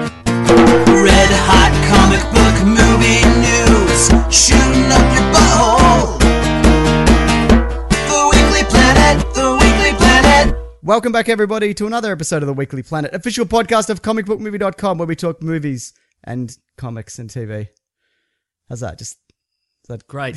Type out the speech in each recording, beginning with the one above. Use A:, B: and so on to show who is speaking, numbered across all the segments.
A: Red hot comic book movie news, shooting up your butthole. The Weekly Planet, The Weekly Planet.
B: Welcome back, everybody, to another episode of the Weekly Planet, official podcast of comicbookmovie.com, where we talk movies and comics and TV. How's that? Just
C: Great,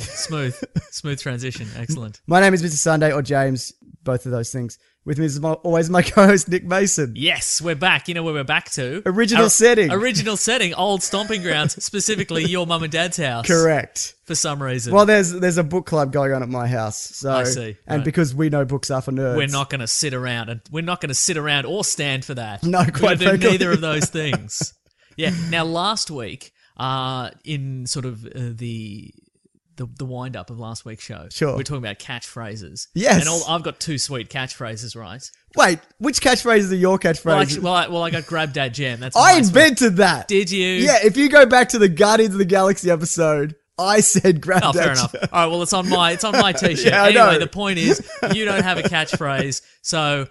C: smooth, smooth transition. Excellent.
B: my name is Mr. Sunday or James, both of those things. With me is my, always my co-host Nick Mason.
C: Yes, we're back. You know where we're back to?
B: Original setting.
C: Original setting. Old stomping grounds, specifically your mum and dad's house.
B: Correct.
C: For some reason.
B: Well, there's there's a book club going on at my house, so
C: I see.
B: and
C: Right.
B: because we know books are for nerds,
C: we're not going to sit around and we're not going to sit around or stand for that.
B: No,
C: We're gonna
B: quite
C: do
B: frankly.
C: neither of those things. yeah. Now, last week, uh, in sort of uh, the. The, the wind up of last week's show.
B: Sure.
C: We're talking about catchphrases.
B: Yes.
C: And all, I've got two sweet catchphrases, right?
B: Wait, which catchphrases are your catchphrases?
C: Well, actually, well, I, well, I got grab dad jam. That's
B: I
C: nice one.
B: invented that.
C: Did you?
B: Yeah, if you go back to the Guardians of the Galaxy episode, I said grab
C: Oh,
B: that.
C: fair enough. All right, well, it's on my it's on my t-shirt.
B: Yeah, I
C: anyway,
B: know.
C: the point is, you don't have a catchphrase, so uh,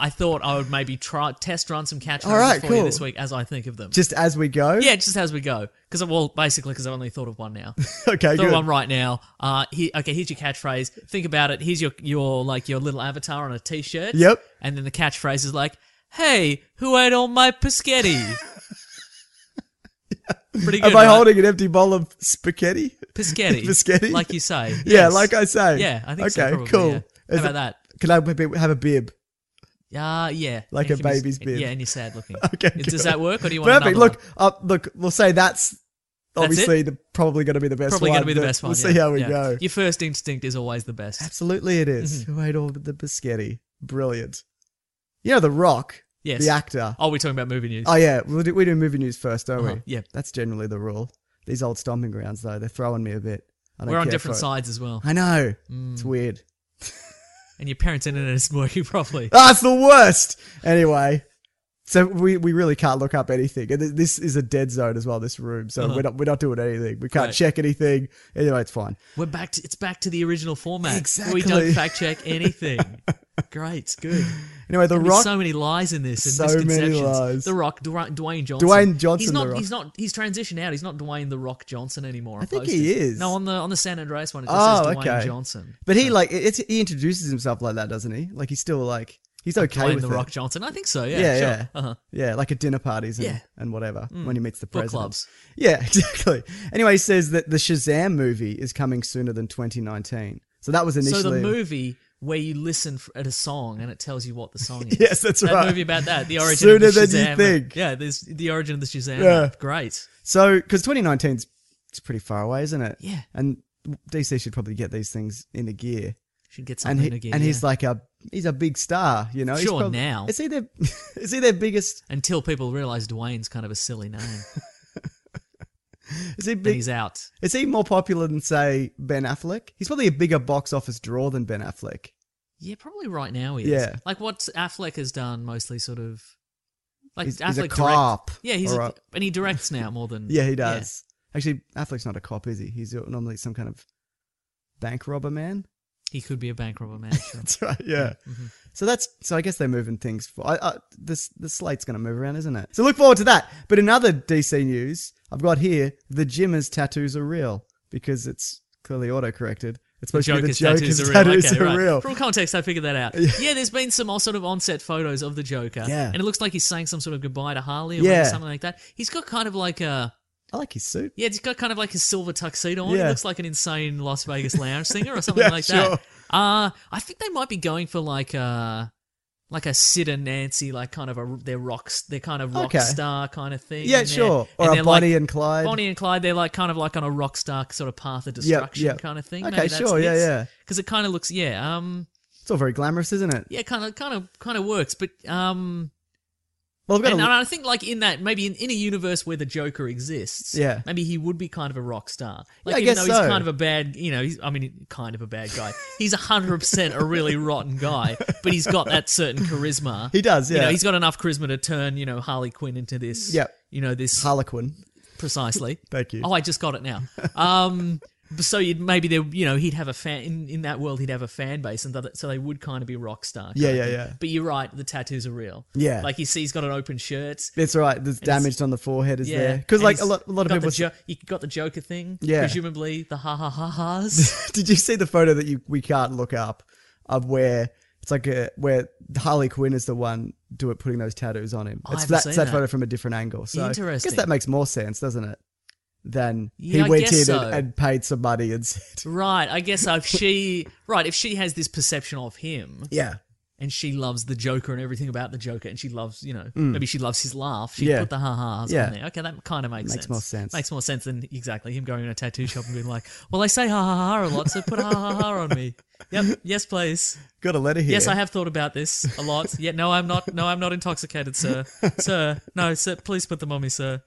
C: I thought I would maybe try test run some catchphrases
B: All right,
C: for
B: cool.
C: you this week as I think of them.
B: Just as we go.
C: yeah, just as we go, because well, basically, because I only thought of one now.
B: Okay.
C: thought
B: Good.
C: of one right now. Uh, he, okay, here's your catchphrase. Think about it. Here's your your like your little avatar on a t-shirt.
B: Yep.
C: And then the catchphrase is like, "Hey, who ate all my pescetti?" Pretty good.
B: Am I
C: right?
B: holding an empty bowl of spaghetti?
C: Pescetti.
B: Pescetti?
C: Like you say.
B: Yeah,
C: yes.
B: like I say.
C: Yeah, I think so,
B: okay,
C: probably,
B: cool.
C: yeah. How
B: Is
C: about
B: it-
C: that?
B: Can I maybe have a bib?
C: Uh, yeah.
B: Like
C: It
B: a
C: can be s-
B: baby's beard.
C: Yeah, and you're sad looking.
B: Okay,
C: Is-
B: good.
C: Does that work, or do you want
B: Perfect.
C: another
B: Look,
C: one?
B: uh, look. We'll say that's
C: That's it?
B: obviously the, probably going to be the best
C: Probably
B: one.
C: going to be the
B: but
C: best one.
B: We'll
C: yeah,
B: see how we
C: yeah.
B: go.
C: Your first instinct is always the best.
B: Absolutely, it is.
C: Mm-hmm.
B: Who ate all the biscotti? Brilliant. You know, The Rock,
C: Yes.
B: the actor.
C: Oh, we're talking about movie news.
B: Oh yeah, we do, we do movie news first, don't
C: Uh-huh,
B: we?
C: yeah.
B: that's generally the rule. These old stomping grounds, though, they're throwing me a bit. I don't
C: we're on
B: care
C: different
B: for it.
C: sides Mm. as well,
B: I know. It's weird.
C: and your parents' internet isn't working properly.
B: Ah, it's the worst. Anyway, so we, we really can't look up anything, and th- this is a dead zone as well. This room, so we're not we're not doing anything. We can't
C: Uh-huh. Right.
B: check anything. Anyway, it's fine.
C: We're back. To, it's back to the original format. We
B: Exactly.
C: don't fact check anything. Great. Good.
B: Anyway, the
C: There'll be
B: rock.
C: so many lies in this and
B: So many
C: misconceptions.
B: lies.
C: The Rock, Dwayne, Dwayne Johnson.
B: Dwayne Johnson,
C: He's
B: The
C: not.
B: Rock.
C: He's not. He's transitioned out. He's not Dwayne the Rock Johnson anymore.
B: I
C: on
B: think he
C: posters.
B: is.
C: No, on the on the San Andreas one, it just
B: oh,
C: says Dwayne
B: okay.
C: Johnson.
B: But he like it- it's, he introduces himself like that, doesn't he? Like he's still like he's okay
C: Dwayne
B: with
C: the
B: it.
C: Rock Johnson. I think so. Yeah.
B: Yeah,
C: sure.
B: yeah.
C: Uh-huh.
B: Yeah, like at dinner parties and,
C: Yeah. Mm.
B: and whatever when he meets the
C: Book
B: president.
C: clubs.
B: Yeah, exactly. Anyway, he says that the Shazam movie is coming sooner than 2019. So that was initially.
C: So the movie where you listen f- at a song and it tells you what the song is.
B: Yes, that's
C: that
B: right.
C: movie about that. The origin
B: Sooner
C: of the
B: than
C: Shazam.
B: you think.
C: Yeah, there's the origin of the Shazam.
B: Yeah.
C: app. Great.
B: So because 2019 is it's pretty far away, isn't it?
C: Yeah.
B: And DC should probably get these things into gear.
C: Should get
B: And
C: something
B: he,
C: again.
B: and
C: yeah.
B: he's like a he's a big star, you know. He's
C: Sure,
B: prob-
C: now.
B: is he their is he their biggest?
C: until people realize Dwayne's kind of a silly name,
B: Is he
C: then
B: big?
C: he's out.
B: Is he more popular than say Ben Affleck? He's probably a bigger box office draw than Ben Affleck.
C: Yeah, probably right now he is.
B: Yeah.
C: Like what Affleck has done mostly sort of like
B: He's-
C: Affleck
B: he's a
C: direct-
B: cop,
C: Yeah, he's
B: all
C: a,
B: right.
C: and he directs now more than
B: Yeah, he does. Actually, Affleck's not a cop, is he? He's normally some kind of bank robber man.
C: he could be a bank robber man. Sure.
B: That's right. Yeah.
C: Mm-hmm.
B: So that's so. I guess they're moving things. For, I, I, this the slate's going to move around, isn't it? So look forward to that. But in other DC news, I've got here the Jimmer's tattoos are real because it's clearly auto corrected. It's supposed to be the
C: Joker's
B: joke. his
C: tattoos are real.
B: tattoos
C: okay,
B: are
C: right.
B: real.
C: From context, I figured that out. Yeah. there's been some all sort of on-set photos of the Joker.
B: Yeah.
C: And it looks like he's saying some sort of goodbye to Harley or
B: Yeah.
C: maybe something like that. He's got kind of like a...
B: I like his suit.
C: Yeah, he's got kind of like his silver tuxedo on.
B: Yeah.
C: It looks like an insane Las Vegas lounge singer or something
B: Yeah,
C: like
B: sure.
C: that. Uh, I think they might be going for like a... Like a Sid and Nancy, like kind of a their rocks, they're kind of rock
B: Okay.
C: star kind of thing.
B: Yeah,
C: and they're-
B: sure.
C: and
B: Or a
C: they're
B: Bonnie
C: like-
B: and Clyde.
C: Bonnie and Clyde, they're like kind of like on a rock star sort of path of destruction
B: yeah.
C: kind of thing.
B: Okay,
C: Maybe that's
B: sure, yeah, yeah.
C: Because it kind of looks, yeah, um,
B: It's all very glamorous, isn't it?
C: yeah, kind of, kind of, kind of works. But um,
B: Well, I've got
C: and,
B: a,
C: and I think like in that maybe in, in a universe where the Joker exists,
B: Yeah.
C: maybe he would be kind of a rock star.
B: Yeah,
C: Like
B: I
C: even
B: guess
C: though
B: so.
C: he's kind of a bad, you know, he's I mean, kind of a bad guy. He's hundred percent a really rotten guy, but he's got that certain charisma.
B: He does,
C: You know,
B: yeah.
C: he's got enough charisma to turn, you know, Harley Quinn into this.
B: Yep.
C: You know, this
B: Harlequin.
C: precisely.
B: Thank you.
C: Oh, I just got it now. Um, so you'd maybe there, you know, he'd have a fan in, in that world. He'd have a fan base, and th- so they would kind of be rock star. kind
B: Yeah,
C: of
B: yeah,
C: thing.
B: yeah.
C: But you're right, the tattoos are real.
B: Yeah.
C: like you see, he's got an open shirt.
B: That's right. There's damaged on the forehead, is
C: Yeah,
B: there? Because
C: and
B: like a
C: he's
B: lot, a lot of
C: got the
B: people.
C: jo- you got the Joker thing.
B: Yeah.
C: presumably the ha ha ha ha's.
B: did you see the photo that you we can't look up of where it's like a where Harley Quinn is the one do it putting those tattoos on him?
C: Oh, I
B: it's
C: haven't
B: that's
C: seen
B: that
C: that.
B: photo from a different angle. So I guess
C: Interesting.
B: that makes more sense, doesn't it? Than
C: Yeah,
B: he
C: I
B: went in
C: guess so.
B: and, and paid some money and said,
C: right, I guess if she right if she has this perception of him,
B: "Yeah,
C: and she loves the Joker and everything about the Joker, and she loves, you know, maybe she loves his laugh. She
B: Mm. Yeah.
C: put the ha ha's
B: Yeah.
C: on there. Okay, that kind of makes,
B: Makes
C: sense.
B: more sense.
C: Makes more sense than exactly him going in a tattoo shop and being like, "Well, they say ha ha ha a lot, so put ha ha ha on me." Yep. Yes, please.
B: got a letter here."
C: Yes, I have thought about this a lot. Yeah. No, I'm not. No, I'm not intoxicated, sir. sir. No, sir. Please put them on me, sir.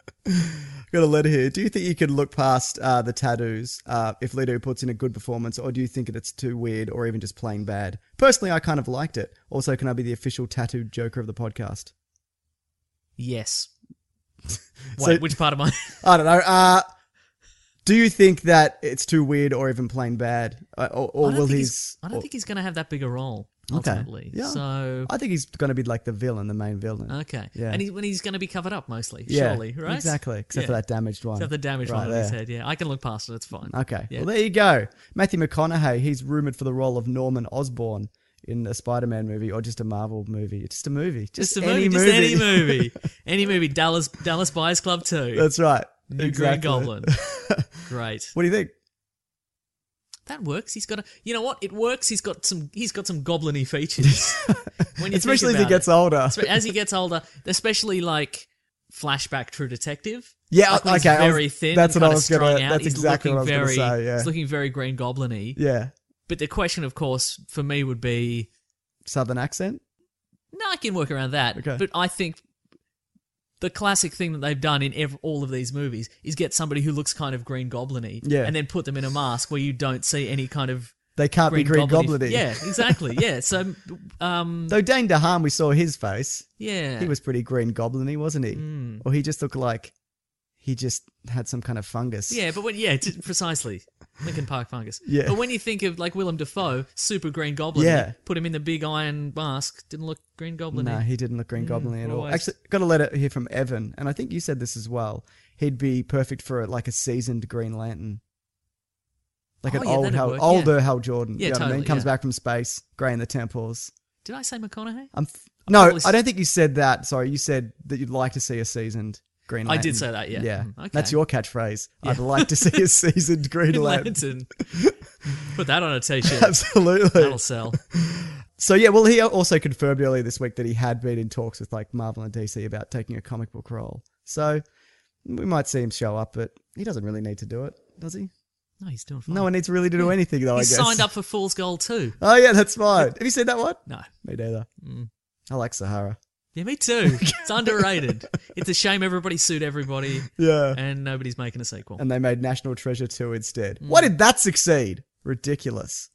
B: Got a letter here. Do you think you could look past uh, the tattoos uh, if Lido puts in a good performance, or do you think that it's too weird or even just plain bad? Personally, I kind of liked it. Also, can I be the official tattooed joker of the podcast?
C: Yes. Wait,
B: So-
C: which part of my?
B: I don't know. Uh, do you think that it's too weird or even plain bad? Uh, or or
C: I don't
B: will
C: think
B: he's.
C: I don't
B: or-
C: think he's going to have that big a role
B: Okay.
C: ultimately.
B: Yeah.
C: So
B: I think he's going to be like the villain, the main villain.
C: Okay.
B: Yeah.
C: And he, when he's going to be covered up mostly,
B: Yeah,
C: surely, right?
B: Exactly. Except for
C: Yeah.
B: that damaged one.
C: Except the damage
B: Right
C: one on his
B: there.
C: head. Yeah, I can look past it. It's fine.
B: Okay.
C: Yeah.
B: Well, there you go. Matthew McConaughey, he's rumored for the role of Norman Osborn in a Spider-Man movie or just a Marvel movie. Just a movie. Just,
C: Just a
B: any
C: movie, just any movie, any movie. Dallas, Dallas Buyers Club too.
B: That's right.
C: New
B: exactly.
C: Green Goblin. Great.
B: What do you think?
C: That works. He's got a. You know what? It works. He's got some. He's got some goblin-y features. when you
B: Especially
C: think
B: as he
C: about
B: gets
C: it.
B: older.
C: Espe- As he gets older, especially like flashback True Detective.
B: Yeah,
C: Like when he's
B: okay, I was-
C: very thin.
B: that's what
C: kinda
B: I was gonna-
C: strung Out.
B: that's
C: he's
B: exactly
C: looking
B: what I was
C: very,
B: gonna say, yeah.
C: He's looking very Green Goblin-y.
B: yeah.
C: But the question, of course, for me would be
B: Southern accent.
C: no, I can work around that.
B: Okay.
C: But I think the classic thing that they've done in ev- all of these movies is get somebody who looks kind of Green Goblin-y
B: Yeah.
C: and then put them in a mask where you don't see any kind of
B: They can't
C: Green,
B: be Green
C: Goblin-y-
B: Goblin.
C: Yeah, exactly. Yeah. So, um,
B: Though Dane DeHaan, we saw his face.
C: yeah. Mm. Hmm.
B: He was pretty Green Goblin-y, wasn't he? Or he just looked like he just had some kind of fungus.
C: Yeah, but when yeah, t- precisely. Lincoln Park fungus.
B: Yeah.
C: But when you think of like Willem Dafoe, super Green Goblin,
B: Yeah.
C: put him in the big iron mask, didn't look Green Goblin.
B: No, he didn't look Green Goblin at all.
C: Mm, always.
B: Actually, got a letter here from Evan, and I think you said this as well. He'd be perfect for like a seasoned Green Lantern, like
C: Oh,
B: an
C: yeah,
B: old
C: that'd
B: Hal,
C: work, yeah.
B: older Hal Jordan.
C: Yeah,
B: you know what I mean?
C: totally,
B: Comes
C: yeah.
B: back from space, grey in the temples.
C: Did I say McConaughey?
B: I'm f- no,
C: probably-
B: I don't think you said that. Sorry, you said that you'd like to see a seasoned Green
C: I
B: Lantern.
C: did say that, yeah.
B: yeah,
C: Mm, okay.
B: that's your catchphrase. I'd like to see a seasoned Green
C: Green
B: Lantern.
C: Lantern. Put that on a t-shirt.
B: Absolutely.
C: That'll sell.
B: So yeah, well, he also confirmed earlier this week that he had been in talks with like Marvel and DC about taking a comic book role. So we might see him show up, but he doesn't really need to do it, does he?
C: No, he's doing fine.
B: No one needs really to do anything, though.
C: he's
B: I guess.
C: signed up for Fool's Gold too.
B: Oh yeah, that's fine. Have you seen that one?
C: No.
B: Me neither.
C: Mm.
B: I like Sahara.
C: Yeah, me too. It's underrated. It's a shame everybody sued everybody
B: Yeah.
C: and nobody's making a sequel.
B: And they made National Treasure two instead.
C: Mm.
B: Why did that succeed? Ridiculous.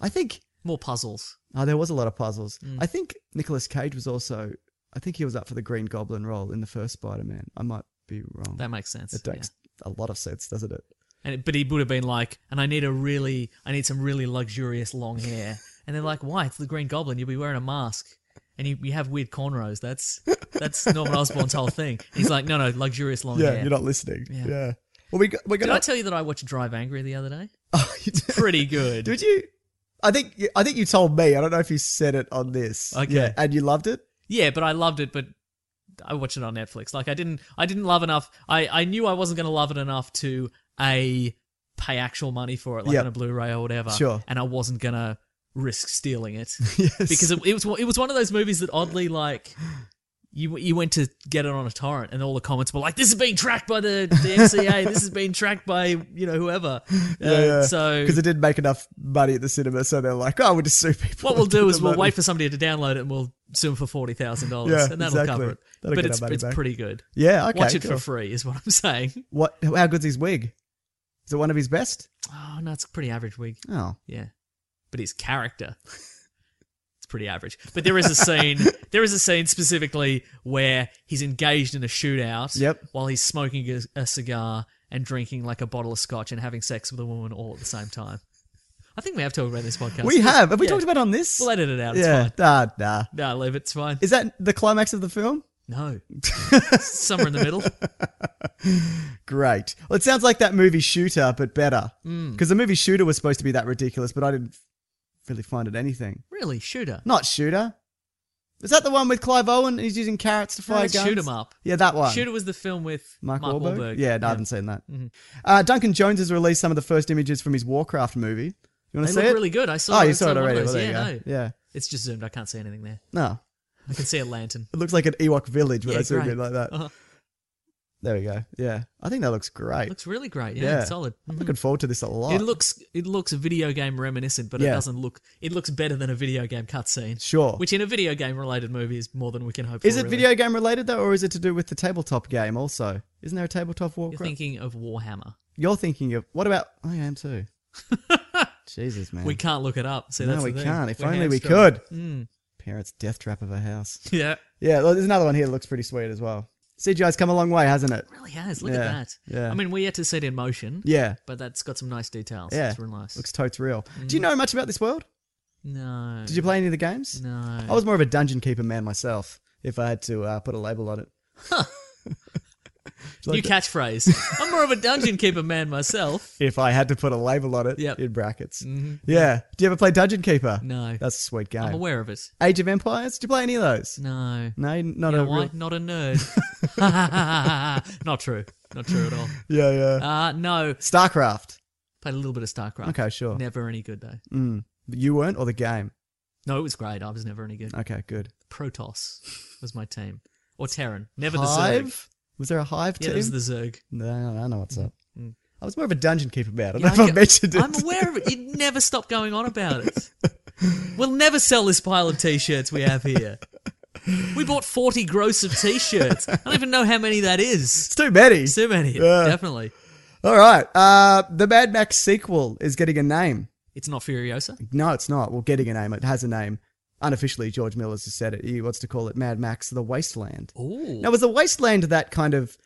B: I think.
C: More puzzles.
B: Oh, there was a lot of puzzles.
C: Mm.
B: I think Nicolas Cage was also. I think he was up for the Green Goblin role in the first Spider-Man. I might be wrong.
C: That makes sense.
B: It makes a lot of sense, doesn't it?
C: And it- but he would have been like, and I need a really, I need some really luxurious long hair. And they're like, why? It's the Green Goblin. You'll be wearing a mask, and you, you have weird cornrows. That's that's Norman Osborn's whole thing. And he's like, no, no, luxurious long
B: Yeah,
C: hair.
B: you're not listening. Yeah.
C: Oh, Yeah.
B: Well, we got, we're
C: Did I
B: gonna.
C: tell you that I watched Drive Angry the other day?
B: Oh, you did.
C: Pretty good.
B: Did you? I think you- I think you told me. I don't know if you said it on this.
C: Okay.
B: Yeah, and you loved it.
C: Yeah, but I loved it, but I watched it on Netflix. Like I didn't I didn't love enough. I, I knew I wasn't gonna love it enough to a pay actual money for it, like
B: Yep.
C: on a Blu-ray or whatever.
B: Sure.
C: And I wasn't gonna risk stealing it. Because it, it was it was one of those movies that oddly like you you went to get it on a torrent and all the comments were like, This is being tracked by the, the MCA, this is being tracked by, you know, whoever. Uh, So
B: because it didn't make enough money at the cinema, so they're like, "Oh, we'll just sue people."
C: what we'll
B: for
C: do is
B: the
C: we'll
B: money."
C: wait for somebody to download it and we'll sue them for forty thousand
B: Yeah,
C: dollars, and that'll
B: exactly.
C: cover it.
B: That'll get
C: but
B: our
C: it's
B: money
C: it's
B: back.
C: pretty good.
B: Yeah, okay.
C: Watch it
B: cool.
C: for free is what I'm saying.
B: What? How good's his wig? Is it one of his best?
C: Oh no, it's a pretty average wig.
B: Oh,
C: Yeah, but his character, it's pretty average. But there is a scene. there is a scene specifically where he's engaged in a shootout.
B: Yep.
C: While he's smoking a, a cigar and drinking like a bottle of scotch and having sex with a woman all at the same time. I think we have talked about this podcast.
B: we have. Have we
C: Yeah.
B: talked about it on this?
C: We'll edit it out. It's
B: yeah,
C: fine.
B: nah, nah.
C: No, leave it. It's fine.
B: Is that the climax of the film?
C: no, somewhere in the middle.
B: Great. Well, it sounds like that movie Shooter, but better.
C: Mm.
B: Because the movie Shooter was supposed to be that ridiculous, but I didn't really find it anything.
C: Really, shooter.
B: Not Shooter. Is that the one with Clive Owen and he's using carrots to
C: No,
B: fire
C: it's
B: guns?
C: Shoot 'em Up.
B: Yeah, that one.
C: Shooter was the film with
B: Mark,
C: Mark,
B: Wahlberg?
C: Wahlberg. Mm-hmm.
B: Yeah, no, I haven't seen that. Uh, Duncan Jones has released some of the first images from his Warcraft movie. You want
C: They
B: to
C: look
B: see it?
C: really good. I saw.
B: oh, you
C: I
B: saw it
C: one of
B: already.
C: those.
B: Well, there
C: yeah,
B: you
C: no.
B: go. Yeah.
C: It's just zoomed. I can't see anything there.
B: No.
C: I can see a lantern.
B: It looks like an Ewok village when
C: Yeah,
B: I zoom
C: great.
B: in like that.
C: Uh-huh.
B: There we go. Yeah. I think that looks great.
C: Looks really great. Yeah,
B: yeah.
C: solid.
B: I'm
C: Mhm.
B: looking forward to this a lot.
C: It looks it looks video game reminiscent, but
B: Yeah.
C: it doesn't look. It looks better than a video game cutscene.
B: Sure.
C: Which in a video game related movie is more than we can hope.
B: Is
C: for,
B: it
C: really.
B: video game related though, or is it to do with the tabletop game also? Isn't there a tabletop
C: You're
B: Warcraft?
C: thinking of Warhammer.
B: You're thinking of what about? I am too. Jesus man,
C: We can't look it up. See,
B: no,
C: that's
B: we
C: the thing.
B: can't. If
C: We're
B: only we
C: hamstrung.
B: could. Parents' death trap of a house.
C: Yeah,
B: Yeah, well, there's another one here that looks pretty sweet as well. CGI's come a long way, hasn't it?
C: really has. Look
B: Yeah,
C: at that.
B: yeah.
C: I mean, we yet to see it in motion.
B: Yeah,
C: But that's got some nice details.
B: yeah.
C: It's real nice. Mm-hmm.
B: Looks totes real. Do you know much about this world?
C: no.
B: Did you play any of the games?
C: No.
B: I was more of a dungeon keeper man myself. If I had to uh, put a label on it, like
C: New catchphrase. I'm more of a dungeon keeper man myself.
B: if I had to put a label on it,
C: Yep. Mm-hmm.
B: in brackets. Yeah. Do you ever play Dungeon Keeper?
C: No.
B: That's a sweet game.
C: I'm aware of it.
B: Age of Empires? Did you play any of those?
C: No.
B: No, you- not
C: You know
B: a
C: why?
B: real.
C: Not a nerd. Not true. Not true at all.
B: Yeah, yeah.
C: Uh, no.
B: Starcraft.
C: Played a little bit of StarCraft.
B: Okay, sure.
C: Never any good, though.
B: You weren't, or the game?
C: No, it was great. I was never any good.
B: Okay, good.
C: Protoss was my team. Or Terran. Never the Zerg.
B: Hive? Was there a Hive
C: Yeah,
B: team?
C: it was the Zerg.
B: No, I know what's up. I was more of a Dungeon Keeper man. I don't
C: Yeah,
B: know if I
C: get-
B: mentioned it.
C: I'm aware of it. You never stop going on about it. We'll never sell this pile of t-shirts we have here. We bought 40 gross of t-shirts. I don't even know how many that is.
B: It's too many.
C: Too many,
B: Yeah.
C: definitely.
B: All right. Uh, the Mad Max sequel is getting a name.
C: It's not Furiosa.
B: No, it's not. Well, getting a name. It has a name. Unofficially, George Miller's just said it. He wants to call it Mad Max The Wasteland.
C: Ooh.
B: Now, was the wasteland that kind of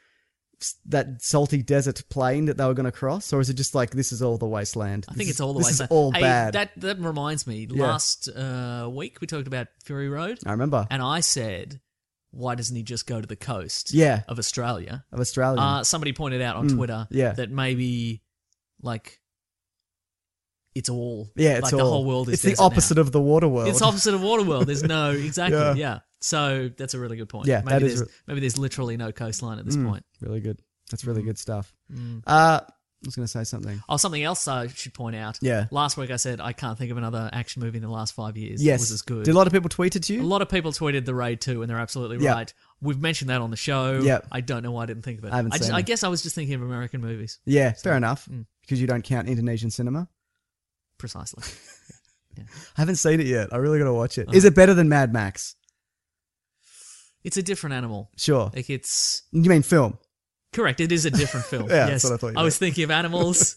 B: that salty desert plain that they were going to cross, or is it just like this is all the wasteland?
C: I think it's all the
B: this
C: way.
B: Is, this
C: back.
B: is all
C: Hey,
B: bad.
C: That that reminds me. Last uh, week we talked about Fury Road,
B: I remember
C: and I said, "Why doesn't he just go to the coast?"
B: Yeah.
C: of Australia.
B: of Australia.
C: Uh, somebody pointed out on Twitter
B: yeah.
C: that maybe like it's all
B: yeah, it's
C: like
B: all,
C: the whole world is
B: It's the
C: desert now.
B: opposite of the water world.
C: it's opposite of Waterworld. There's no exactly
B: Yeah.
C: yeah. So that's a really good point.
B: Yeah,
C: maybe
B: that is
C: there's
B: re- Hmm.
C: maybe there's literally no coastline at this point. Hmm.
B: really good. That's really good stuff. Uh, I was going to say something.
C: Oh, something else I should point out.
B: Yeah.
C: Last week I said I can't think of another action movie in the last five years.
B: Yes,
C: That was as good.
B: Did a lot of people tweet at you?
C: A lot of people tweeted the raid too, and they're absolutely
B: Yeah.
C: right. We've mentioned that on the show.
B: Yep.
C: I don't know why I didn't think of it.
B: I haven't
C: just,
B: seen
C: I
B: it.
C: guess I was just thinking of American movies.
B: yeah, fair enough.
C: mm.
B: Because you don't count Indonesian cinema.
C: Precisely.
B: I haven't seen it yet. I really got to watch it. Is
C: Uh-huh.
B: it better than Mad Max?
C: It's a different animal.
B: Sure.
C: Like it's
B: You mean film?
C: correct. It is a different film.
B: Yeah,
C: yes.
B: that's what I thought you
C: was thinking of animals.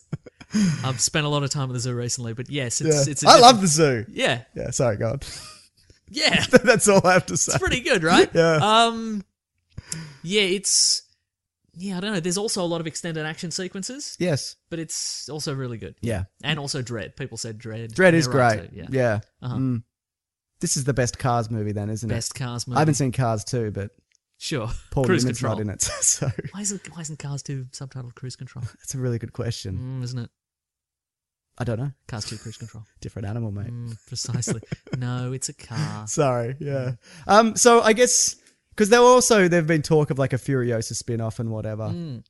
C: I've spent a lot of time at the zoo recently, but yes, it's
B: yeah.
C: it's. A
B: I love
C: different-
B: the zoo.
C: Yeah,
B: Yeah, sorry, go on.
C: yeah.
B: That's all I have to say.
C: It's pretty good, right?
B: Yeah.
C: Um. Yeah, it's. Yeah, I don't know. There's also a lot of extended action sequences,
B: Yes.
C: but it's also really good.
B: Yeah.
C: And also Dread. People said Dread.
B: Dread
C: and
B: is
C: they're right
B: great.
C: too,
B: yeah.
C: Yeah. Uh-huh.
B: Mm. This is the best Cars movie, then, isn't
C: Best
B: it?
C: Cars movie.
B: I haven't seen Cars 2, but
C: Sure.
B: Paul
C: Cruise
B: Newman's
C: Control.
B: not in it. So
C: Why isn't, why isn't Cars 2 subtitled Cruise Control?
B: that's a really good question.
C: Mm, isn't it?
B: I don't know.
C: Cars 2 cruise control.
B: Different animal, mate.
C: Mm, precisely. no, it's a car.
B: Sorry, yeah. Um, so I guess because there were also there've been talk of like a Furiosa spin-off and whatever.
C: Mm.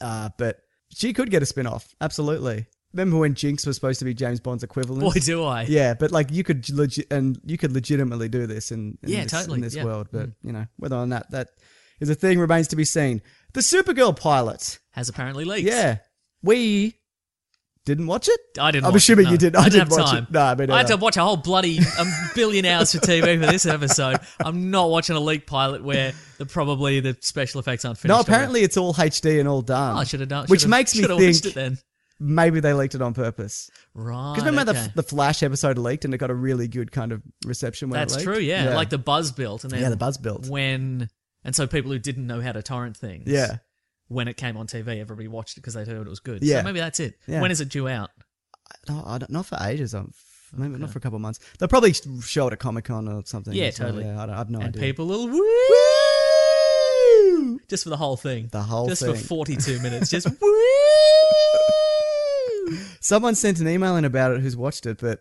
B: Uh, but she could get a spin-off, absolutely. Remember when Jinx was supposed to be James Bond's equivalent?
C: Boy, do I.
B: Yeah, but like you could legit and you could legitimately do this in, in
C: Yeah,
B: this,
C: totally,
B: in this
C: yeah. Mm.
B: world, but you know whether or not that is a thing remains to be seen. The Supergirl pilot,
C: Has apparently leaked.
B: yeah, we didn't watch it.
C: I didn't.
B: I'm
C: watch
B: assuming
C: it, no.
B: you didn't. I,
C: I
B: didn't
C: didn't have
B: watch
C: time.
B: it. No, I mean,
C: I had to watch a whole bloody um, billion hours for TV for this episode. I'm not watching a leak pilot where the probably the special effects aren't finished.
B: no.
C: or-
B: Apparently, it's all HD and all done.
C: Oh, I should have done.
B: Which
C: should've-
B: makes me
C: should've
B: think
C: watched it then.
B: maybe they leaked it on purpose.
C: Right.
B: Because remember
C: Oh, okay.
B: the, the Flash episode leaked and it got a really good kind of reception when it
C: That's
B: leaked?
C: true. Yeah. like the buzz built, and then
B: Yeah, the buzz built.
C: when and so people who didn't know how to torrent things.
B: Yeah.
C: When it came on TV, everybody watched it because they heard it was good.
B: Yeah.
C: So maybe that's it.
B: Yeah.
C: When is it due out?
B: No, I don't, not for ages. I'm, maybe Not for a couple of months. They'll probably show it at Comic Con or something.
C: Yeah,
B: as well.
C: totally.
B: Yeah, I, don't, I have no
C: and
B: idea.
C: people will woo just for the whole thing.
B: The whole
C: just
B: thing.
C: for 42 minutes. Just woo.
B: Someone sent an email in about it who's watched it, but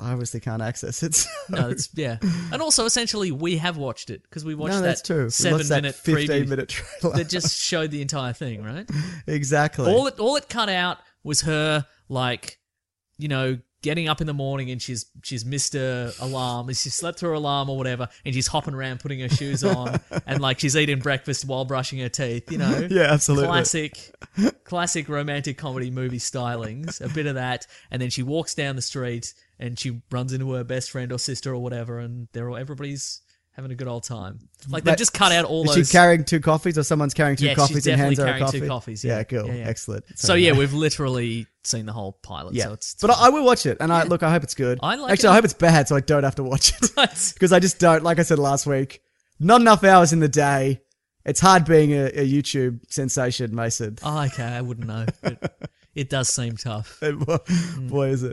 B: I obviously can't access it. so-
C: Mm-hmm. No, it's yeah. And also essentially we have watched it because we watched
B: no,
C: that
B: that's true. We watched
C: 7
B: that
C: minute
B: 15
C: preview
B: minute trailer.
C: that just showed the entire thing, right?
B: exactly.
C: All it all it cut out was her like, you know, getting up in the morning and she's she's missed her alarm, and she slept through her alarm or whatever, and she's hopping around putting her shoes on, and like she's eating breakfast while brushing her teeth, you know.
B: yeah, absolutely.
C: Classic, classic romantic comedy movie stylings. A bit of that, and then she walks down the street and she runs into her best friend or sister or whatever, and they're all everybody's having a good old time. Like they've
B: But
C: just cut out all
B: Is
C: those.
B: she carrying two coffees or someone's carrying two
C: Yeah, she's
B: coffees and
C: definitely
B: hands her a
C: carrying
B: coffee?
C: two coffees, yeah.
B: cool.
C: Yeah, yeah.
B: Excellent.
C: so yeah, we've literally seen the whole pilot.
B: Yeah,
C: So it's
B: but I, I will watch it, and I look. I hope it's good.
C: I like
B: Actually,
C: it.
B: I hope it's bad, so I don't have to watch it
C: Right.
B: because I just don't. Like I said last week, not enough hours in the day. It's hard being a, a YouTube sensation, Mason.
C: Oh, okay, I wouldn't know. It, it does seem tough. mm.
B: Boy, is it.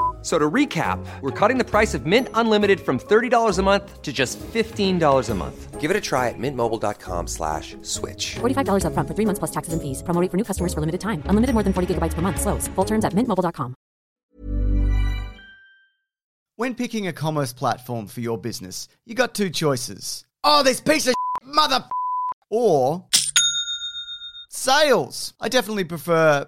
D: So to recap, we're cutting the price of Mint Unlimited from $30 a month to just $15 a month. Give it a try at mintmobile.com slash switch.
E: $45 upfront for three months plus taxes and fees. Promo rate for new customers for limited time. Unlimited more than 40 gigabytes per month. Slows. Full terms at mintmobile.com.
F: When picking a commerce platform for your business, you got two choices. Oh, this piece of shit, mother f- or sales. I definitely prefer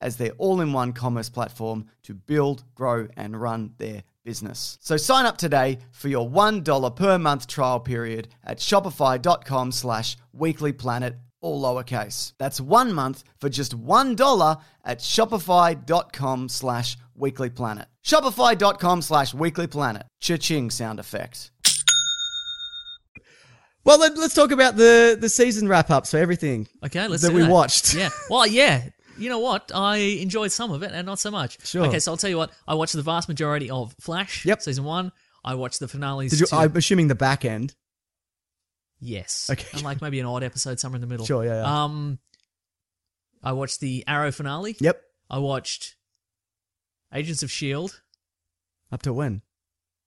F: as their all in one commerce platform to build, grow, and run their business. So sign up today for your $1 per month trial period at shopify.com slash weeklyplanet, all lowercase. That's one month for just $1 at shopify.com slash weeklyplanet. Shopify.com slash weeklyplanet. Cha-ching sound effect.
B: Well, let, let's talk about the the season wrap ups for everything.
C: Okay, let's
B: that
C: do
B: we
C: that.
B: watched.
C: Yeah. Well, yeah. You know what? I enjoyed some of it and not so much.
B: Sure.
C: Okay, so I'll tell you what. I watched the vast majority of Flash.
B: Yep.
C: Season one. I watched the finales.
B: Did you,
C: to-
B: I'm assuming the back end.
C: yes.
B: Okay.
C: And like maybe an odd episode somewhere in the middle.
B: Sure, yeah, yeah.
C: Um, I watched the Arrow finale.
B: Yep.
C: I watched Agents of Shield.
B: Up to when?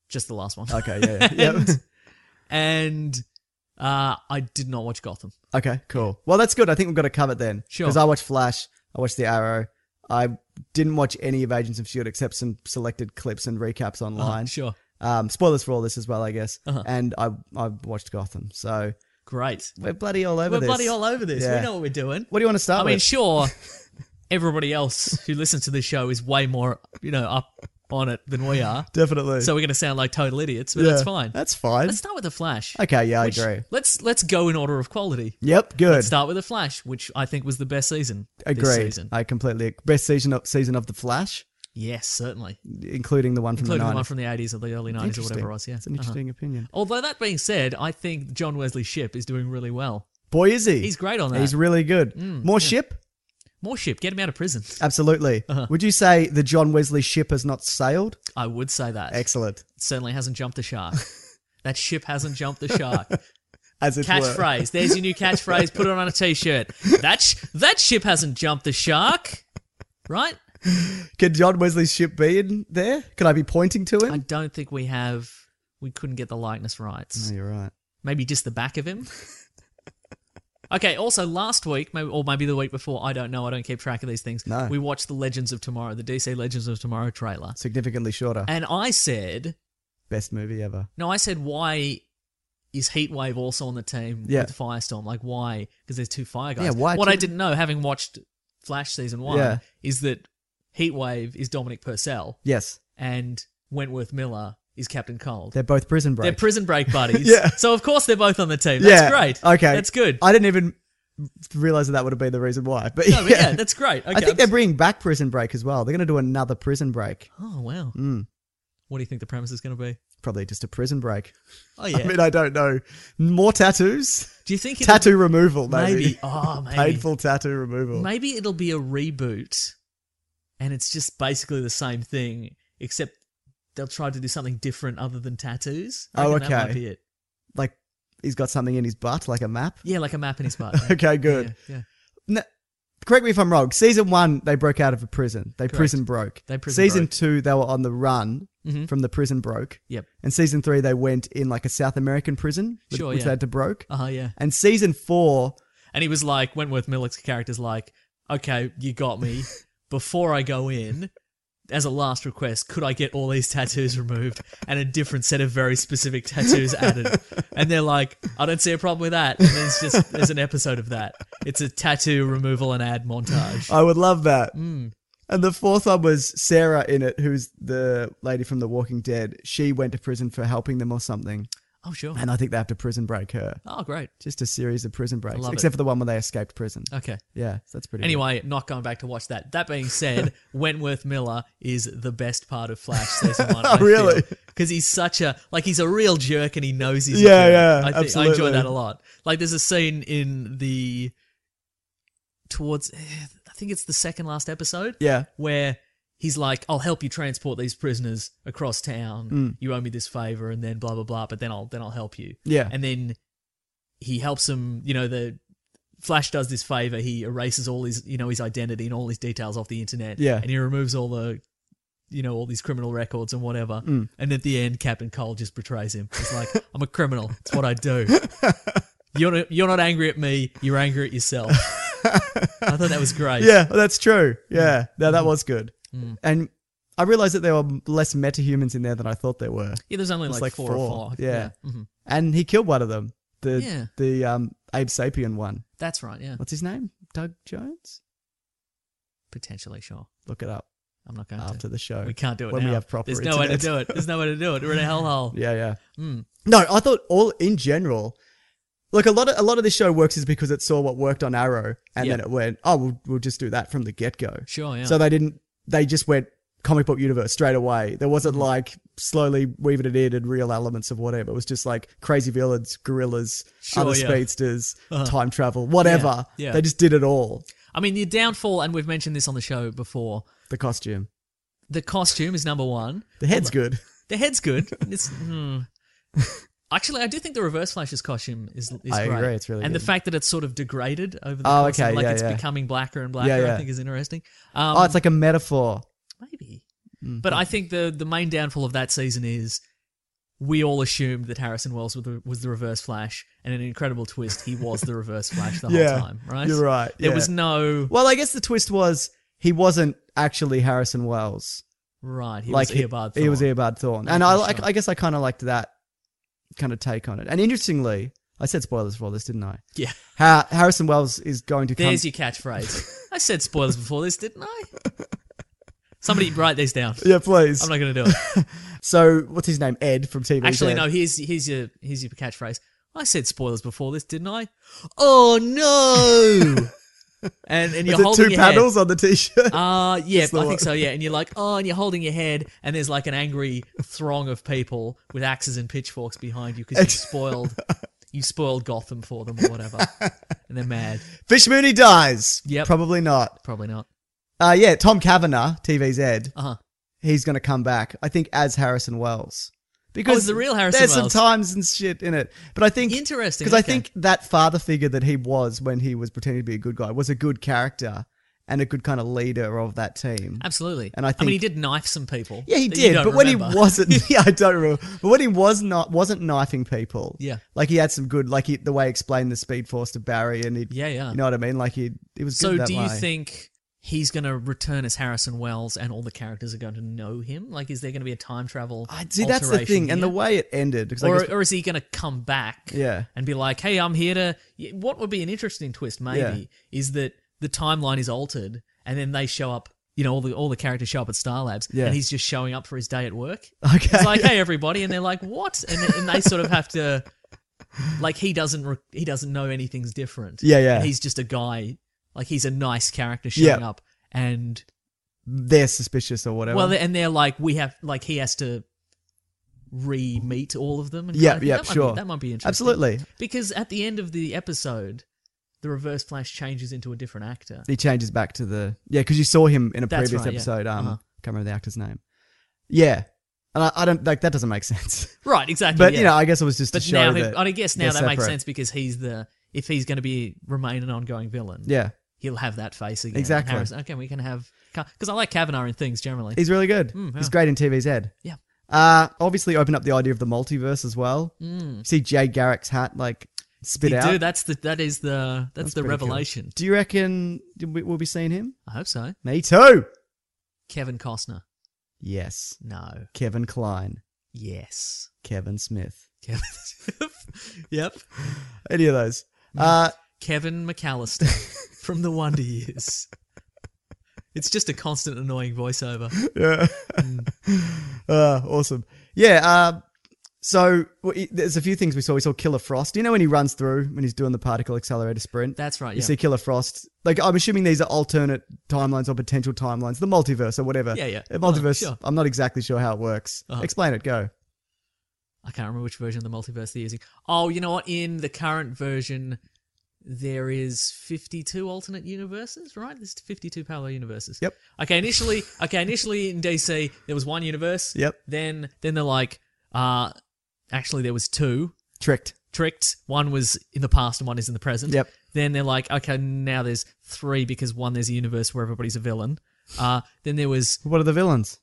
C: Just the last one.
B: Okay, yeah, yeah. Yep.
C: and uh, I did not watch Gotham.
B: Okay, cool. Well, that's good. I think we've got to cover it then.
C: Sure.
B: Because I watched Flash, I watched The Arrow. I didn't watch any of Agents of S.H.I.E.L.D. E except some selected clips and recaps
C: Uh-huh,
B: online.
C: Sure.
B: Um, spoilers for all this as well, I guess.
C: Uh-huh.
B: And I I watched Gotham. So
C: Great.
B: we're bloody all over
C: We're
B: this.
C: bloody all over this.
B: Yeah.
C: We know what we're doing.
B: What do you want to start
C: I mean,
B: with?
C: sure, everybody else who listens to this show is way more, you know, up on it than we are.
B: Definitely.
C: So we're going to sound like total idiots, but
B: Yeah,
C: that's fine.
B: That's fine.
C: Let's start with the Flash.
B: okay, yeah,
C: which-
B: I agree.
C: Let's let's go in order of quality.
B: Yep, good.
C: Let's start with the Flash, which I think was the best season. This
B: Agreed.
C: season.
B: I completely best season of season of the Flash,
C: yes, certainly,
B: including the one from
C: including
B: the
C: the one
B: 90s.
C: from the eighties or the early nineties or
B: Interesting.
C: whatever it was. Yeah,
B: It's an
C: Uh-huh.
B: interesting opinion.
C: Although that being said, I think John Wesley Ship is doing really well.
B: Boy, is he?
C: He's great on that. Mm,
B: He's really good. More ship.
C: More Ship, get him out of prison.
B: Absolutely.
C: Uh-huh.
B: Would you say the John Wesley ship has not sailed?
C: I would say that.
B: Excellent.
C: It certainly hasn't jumped the shark. that ship hasn't jumped the shark.
B: As it were.
C: catchphrase. There's your new catchphrase. Put it on a t-shirt. That sh- that ship hasn't jumped the shark, right?
B: Can John Wesley's ship be in there? Can I be pointing to
C: I
B: him?
C: don't think we have. We couldn't get the likeness rights.
B: No, Oh, you're right.
C: Maybe just the back of him. Okay. Also, last week, maybe, or maybe the week before, I don't know. I don't keep track of these things.
B: No.
C: We watched the Legends of Tomorrow, the DC Legends of Tomorrow trailer,
B: Significantly shorter.
C: and I said,
B: Best movie ever.
C: no, I said, why is Heatwave also on the team
B: Yeah.
C: with Firestorm? Like, why? Because there's two fire guys.
B: Yeah, why
C: What
B: two-
C: I didn't know, having watched Flash season one,
B: Yeah.
C: is that Heatwave is Dominic Purcell
B: Yes.
C: and Wentworth Miller is Captain Cold.
B: They're both prison break.
C: They're prison break buddies.
B: Yeah.
C: So, of course, they're both on the team.
B: yeah.
C: That's great.
B: Okay.
C: That's good.
B: I didn't even realize that that would have been the reason why. But,
C: no, but yeah, that's great. Okay,
B: I think
C: I'm-
B: they're bringing back Prison Break as well. They're going to do another Prison Break.
C: Oh, wow.
B: Hmm.
C: What do you think the premise is going to be?
B: Probably just a Prison Break.
C: Oh, yeah.
B: I mean, I don't know. More tattoos?
C: do you think it'll-
B: Tattoo removal, maybe.
C: Maybe. Oh, maybe.
B: Painful tattoo removal.
C: Maybe it'll be a reboot and it's just basically the same thing, except they'll try to do something different other than tattoos. I
B: Oh,
C: reckon That might
B: okay.
C: be it.
B: Like he's got something in his butt, like a map.
C: Yeah, like a map in his butt.
B: Okay, good.
C: Yeah, yeah.
B: Correct me if I'm wrong. Season one, they broke out of a prison. They
C: Correct.
B: prison broke.
C: They prison
B: season
C: broke. Mm-hmm.
B: two, they were on the run from the prison broke.
C: Yep.
B: And season three, they went in like a South American prison, which,
C: Sure,
B: which they
C: yeah.
B: had to broke.
C: Uh huh, yeah.
B: And season four,
C: And he was like, Wentworth Miller's character's like, okay, you got me. Before I go in, as a last request, could I get all these tattoos removed and a different set of very specific tattoos added? And they're like, I don't see a problem with that. And there's just there's an episode of that. It's a tattoo removal and add montage.
B: I would love that.
C: Mm.
B: And the fourth one was Sarah in it, who's the lady from The Walking Dead. She went to prison for helping them or something.
C: Oh sure.
B: And I think they have to prison break her.
C: Oh great.
B: Just a series of prison breaks,
C: love it.
B: except for the one where they escaped prison.
C: Okay.
B: Yeah, so that's pretty.
C: Anyway, not going back to watch that. That being said, Wentworth Miller is the best part of Flash season one. I feel.
B: Oh, Really?
C: because he's such a like he's a real jerk and he knows he's
B: Yeah,
C: a jerk.
B: yeah,
C: I, thi- I
B: absolutely.
C: enjoy that a lot. Like there's a scene in the towards eh, I think it's the second last episode
B: Yeah.
C: where he's like, "I'll help you transport these prisoners across town.
B: Mm.
C: You owe me this favor, and then blah blah blah. But then I'll then I'll help you."
B: Yeah.
C: and then he helps him. You know, the Flash does this favor. He erases all his you know his identity and all his details off the internet.
B: Yeah.
C: and he removes all the you know all these criminal records and whatever.
B: Mm.
C: And at the end, Captain Cole just betrays him. He's like, "I'm a criminal. It's what I do." You're not, you're not angry at me. You're angry at yourself. I thought that was great.
B: Yeah, that's true.
C: Mm.
B: Yeah. No, that was good. And I realized that there were less metahumans in there than I thought there were.
C: Yeah, there's only
B: It's
C: like,
B: like
C: four,
B: four.
C: or five.
B: Yeah.
C: Mhm.
B: And he killed one of them. The
C: Yeah.
B: the um Abe Sapien one.
C: That's right. Yeah.
B: What's his name? Doug Jones?
C: Potentially, sure.
B: Look it up
C: I'm not going
B: after
C: to.
B: the show.
C: We can't do it
B: when
C: now.
B: we have proper
C: There's no way to
B: internet.
C: do it. There's no way to do it. We're in a hellhole.
B: Yeah, yeah. Mm. No, I thought all in general. Look, a lot of a lot of this show works is because it saw what worked on Arrow, and
C: Yeah.
B: then it went, oh, we'll, we'll just do that from the get go.
C: Sure, yeah.
B: So they didn't. They just went comic book universe straight away. There wasn't
C: Mm-hmm.
B: like slowly weaving it in and real elements of whatever. It was just like crazy villains, gorillas,
C: Sure,
B: other
C: yeah. Uh-huh.
B: speedsters, time travel, whatever.
C: Yeah, yeah.
B: They just did it all.
C: I mean, the downfall, and we've mentioned this on the show before.
B: The costume,
C: The costume is number one.
B: the head's good.
C: The head's good. It's hmm. actually, I do think the Reverse Flash's costume is. is
B: I
C: great.
B: agree, it's really
C: and
B: good.
C: the fact that it's sort of degraded over the.
B: Oh,
C: course of-
B: okay,
C: Like
B: yeah,
C: it's
B: yeah.
C: becoming blacker and blacker.
B: yeah.
C: I think is interesting. Um,
B: oh, it's like a metaphor.
C: Maybe.
B: Mm-hmm.
C: But I think the the main downfall of that season is we all assumed that Harrison Wells was the, was the Reverse Flash, and an incredible twist, he was the Reverse Flash the
B: Yeah,
C: whole time. Right?
B: you're right,
C: There
B: yeah.
C: was no
B: Well, I guess the twist was he wasn't actually Harrison Wells.
C: right. He
B: like
C: was Eobard.
B: He was
C: Thorne.
B: Eobard Thorne,
C: Yeah,
B: and I,
C: for
B: like.
C: sure.
B: I guess I kind of liked that kind of take on it. And interestingly, I said spoilers for all this, didn't I?
C: Yeah.
B: Ha- Harrison Wells is going to come.
C: There's your catchphrase. I said spoilers before this, didn't I? Somebody write these down.
B: yeah, please.
C: I'm not going to do it.
B: so what's his name? Ed from TV.
C: Actually, no. Here's here's your here's your catchphrase. I said spoilers before this, didn't I? Oh no! and and
B: Is
C: you're
B: it
C: holding
B: two
C: your head.
B: panels on the t-shirt?
C: Uh yeah, I
B: the one.
C: think so, yeah. And you're like, oh, and you're holding your head, and there's like an angry throng of people with axes and pitchforks behind you because you spoiled you spoiled Gotham for them or whatever. and they're mad.
B: Fish Mooney dies.
C: Yep.
B: Probably not.
C: Probably not.
B: Uh, yeah, Tom Kavanagh, TV's Ed.
C: Uh-huh.
B: He's going to come back, I think, as Harrison Wells. Because
C: Oh, it's the real Harrison
B: there's
C: Wells.
B: some times and shit in it, but I think
C: Interesting,
B: because I
C: okay.
B: think that father figure that he was when he was pretending to be a good guy was a good character and a good kind of leader of that team.
C: Absolutely.
B: And I
C: I
B: think-
C: mean he did knife some people.
B: Yeah, he
C: that you
B: did,
C: don't
B: but when he
C: remember.
B: wasn't, yeah, I don't remember. But when he was not wasn't knifing people,
C: Yeah.
B: like he had some good, like he, the way he explained the Speed Force to Barry, and he,
C: Yeah, yeah.
B: you know what I mean. Like he, it was good
C: so
B: that
C: do you
B: way.
C: think he's gonna return as Harrison Wells and all the characters are going to know him? Like is there gonna be a time travel?
B: I see that's the
C: alteration
B: thing, and the
C: here?
B: way it ended. 'cause I guess-
C: or, or is he going to come back
B: Yeah.
C: and be like, hey, I'm here to. y- What would be an interesting twist, maybe, is that the timeline is altered and then they show up, you know, all the, all the characters show up at Star Labs
B: Yeah.
C: and he's just showing up for his day at work.
B: Okay.
C: It's like, hey, everybody. And they're like, what? And, and they sort of have to. Like he doesn't re- he doesn't know anything's different.
B: Yeah, yeah.
C: And he's just a guy. Like he's a nice character showing
B: Yeah.
C: up, and
B: they're suspicious or whatever.
C: well, and they're like, we have like he has to re meet all of them. And
B: Yeah,
C: kind of thing.
B: yeah,
C: that might be-
B: sure.
C: that might be interesting.
B: absolutely.
C: Because at the end of the episode, the Reverse Flash changes into a different actor.
B: He changes back to the yeah, because you saw him in a
C: That's
B: previous
C: right, yeah.
B: episode. Um,
C: Uh-huh.
B: can't remember the actor's name. Yeah, and I, I don't like that doesn't make sense.
C: Right, exactly.
B: But
C: yeah.
B: you know, I guess it was just
C: but
B: to show
C: now, he-
B: that.
C: I guess now that
B: they're
C: makes
B: separate.
C: sense because he's the if he's going to be remain an ongoing villain,
B: Yeah,
C: he'll have that face again.
B: Exactly.
C: Harrison- okay, we can have because I like Kavanaugh in things generally.
B: he's really good.
C: Mm, yeah.
B: He's great in TV's head.
C: Yeah.
B: Uh, obviously, open up the idea of the multiverse as well. You see Jay Garrick's hat like spit
C: You
B: out.
C: Mm. do. That's the that is the that's, the
B: pretty cool.
C: revelation.
B: Do you reckon we- we'll be seeing him?
C: I hope so.
B: Me too.
C: Kevin Costner.
B: Yes,
C: No.
B: Kevin Klein,
C: Yes.
B: Kevin Smith,
C: Kevin. yep.
B: any of those. Uh,
C: Kevin McAllister from The Wonder Years. It's just a constant annoying voiceover.
B: yeah. uh, awesome. Yeah. Uh, so well, it- there's a few things we saw. We saw Killer Frost. You know when he runs through when he's doing the particle accelerator sprint.
C: That's right.
B: you
C: yeah.
B: see Killer Frost. Like I'm assuming these are alternate timelines or potential timelines, the multiverse or whatever.
C: Yeah, yeah.
B: A
C: Oh,
B: multiverse.
C: sure. Uh-huh.
B: I'm not exactly sure how it works. Explain it. Go.
C: I can't remember which version of the multiverse they're using. Oh, you know what? In the current version, there is 52 alternate universes, right? There's 52 parallel universes.
B: Yep.
C: Okay, initially, okay, initially in DC there was one universe.
B: Yep.
C: Then, then they're like, uh, actually there was two
B: Tricked.
C: tricked. One was in the past and one is in the present.
B: Yep.
C: Then they're like, okay, now there's three because one there's a universe where everybody's a villain. Uh, then there was
B: What are the villains?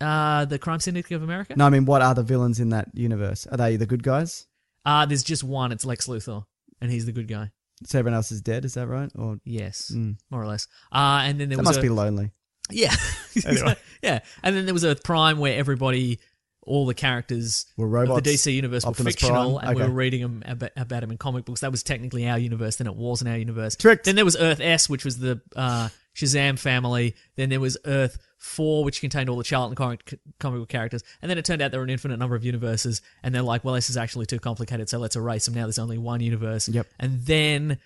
C: uh, the Crime Syndicate of America.
B: No, I mean, what are the villains in that universe? Are they the good guys?
C: Uh, there's just one. It's Lex Luthor, and he's the good guy.
B: So everyone else is dead, is that right? Or
C: Yes, more or less. Uh, and then there
B: Mm. that
C: was
B: must
C: a-
B: be lonely.
C: yeah,
B: Anyway.
C: yeah. And then there was Earth Prime where everybody, all the characters
B: Were
C: of
B: robots,
C: the DC universe
B: Optimus
C: were fictional,
B: Prime,
C: and we
B: okay.
C: were reading them about, about them in comic books. That was technically our universe. Then it wasn't our universe.
B: Tricked.
C: Then there was Earth S, which was the uh, Shazam family. Then there was Earth Four, which contained all the Charlton comic, comic book characters. And then it turned out there were an infinite number of universes, and they're like, well, this is actually too complicated, so let's erase them. Now there's only one universe.
B: Yep.
C: And then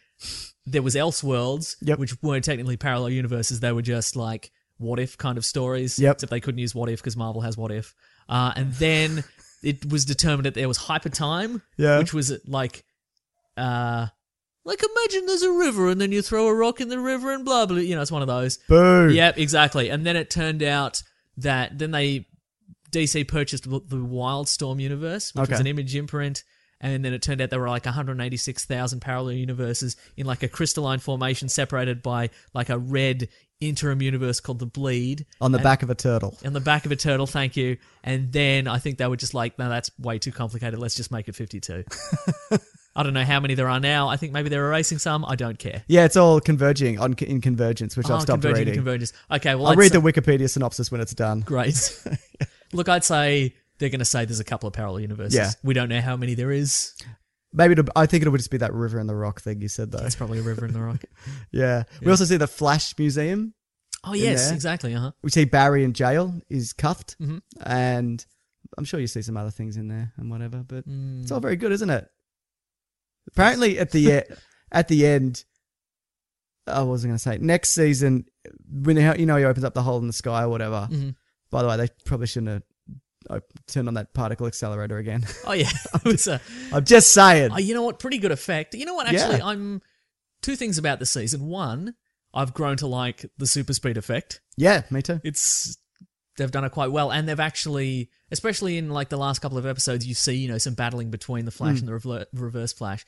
C: there was Elseworlds,
B: Yep.
C: which weren't technically parallel universes. They were just like what if kind of stories.
B: Yep.
C: Except they couldn't use what if because Marvel has what if. Uh, and then it was determined that there was hyper time,
B: Yeah.
C: which was like, uh, like imagine there's a river and then you throw a rock in the river and blah blah. You know, it's one of those.
B: Boo.
C: Yep, exactly. And then it turned out that then they DC purchased the the Wildstorm universe, which
B: Okay.
C: was an image imprint. And then it turned out there were like 186,000 parallel universes in like a crystalline formation separated by like a red interim universe called the Bleed
B: On the back of a turtle.
C: on the back of a turtle, thank you. And then I think they were just like, no, that's way too complicated. Let's just make it 52. I don't know how many there are now. I think maybe they're erasing some. I don't care.
B: Yeah, it's all converging on in convergence, which
C: Oh,
B: I've stopped
C: Convergent and
B: reading.
C: Convergence. Okay, well,
B: I'll
C: I'd
B: read
C: say-
B: the Wikipedia synopsis when it's done.
C: Great. Look, I'd say they're going to say there's a couple of parallel universes.
B: Yeah.
C: We don't know how many there is.
B: Maybe it'll, I think it'll just be that river and the rock thing you said though.
C: That's probably a river in the rock.
B: Yeah. We also see the Flash Museum.
C: Oh, yes,
B: there.
C: exactly. Uh huh.
B: We see Barry in jail is cuffed, and I'm sure you see some other things in there and whatever. But it's all very good, isn't it? Apparently, at the e- at the end, oh, I wasn't going to say it. next season when he, you know he opens up the hole in the sky or whatever. By the way, they probably shouldn't have op- turned on that particle accelerator again.
C: Oh, yeah. it was a,
B: I'm just saying.
C: oh, you know what? Pretty good effect. You know what? Actually,
B: Yeah.
C: I'm. Two things about the season. One, I've grown to like the super speed effect.
B: yeah, me too.
C: it's they've done it quite well and they've actually especially in like the last couple of episodes you see you know some battling between the flash
B: Hmm.
C: and the rever- reverse flash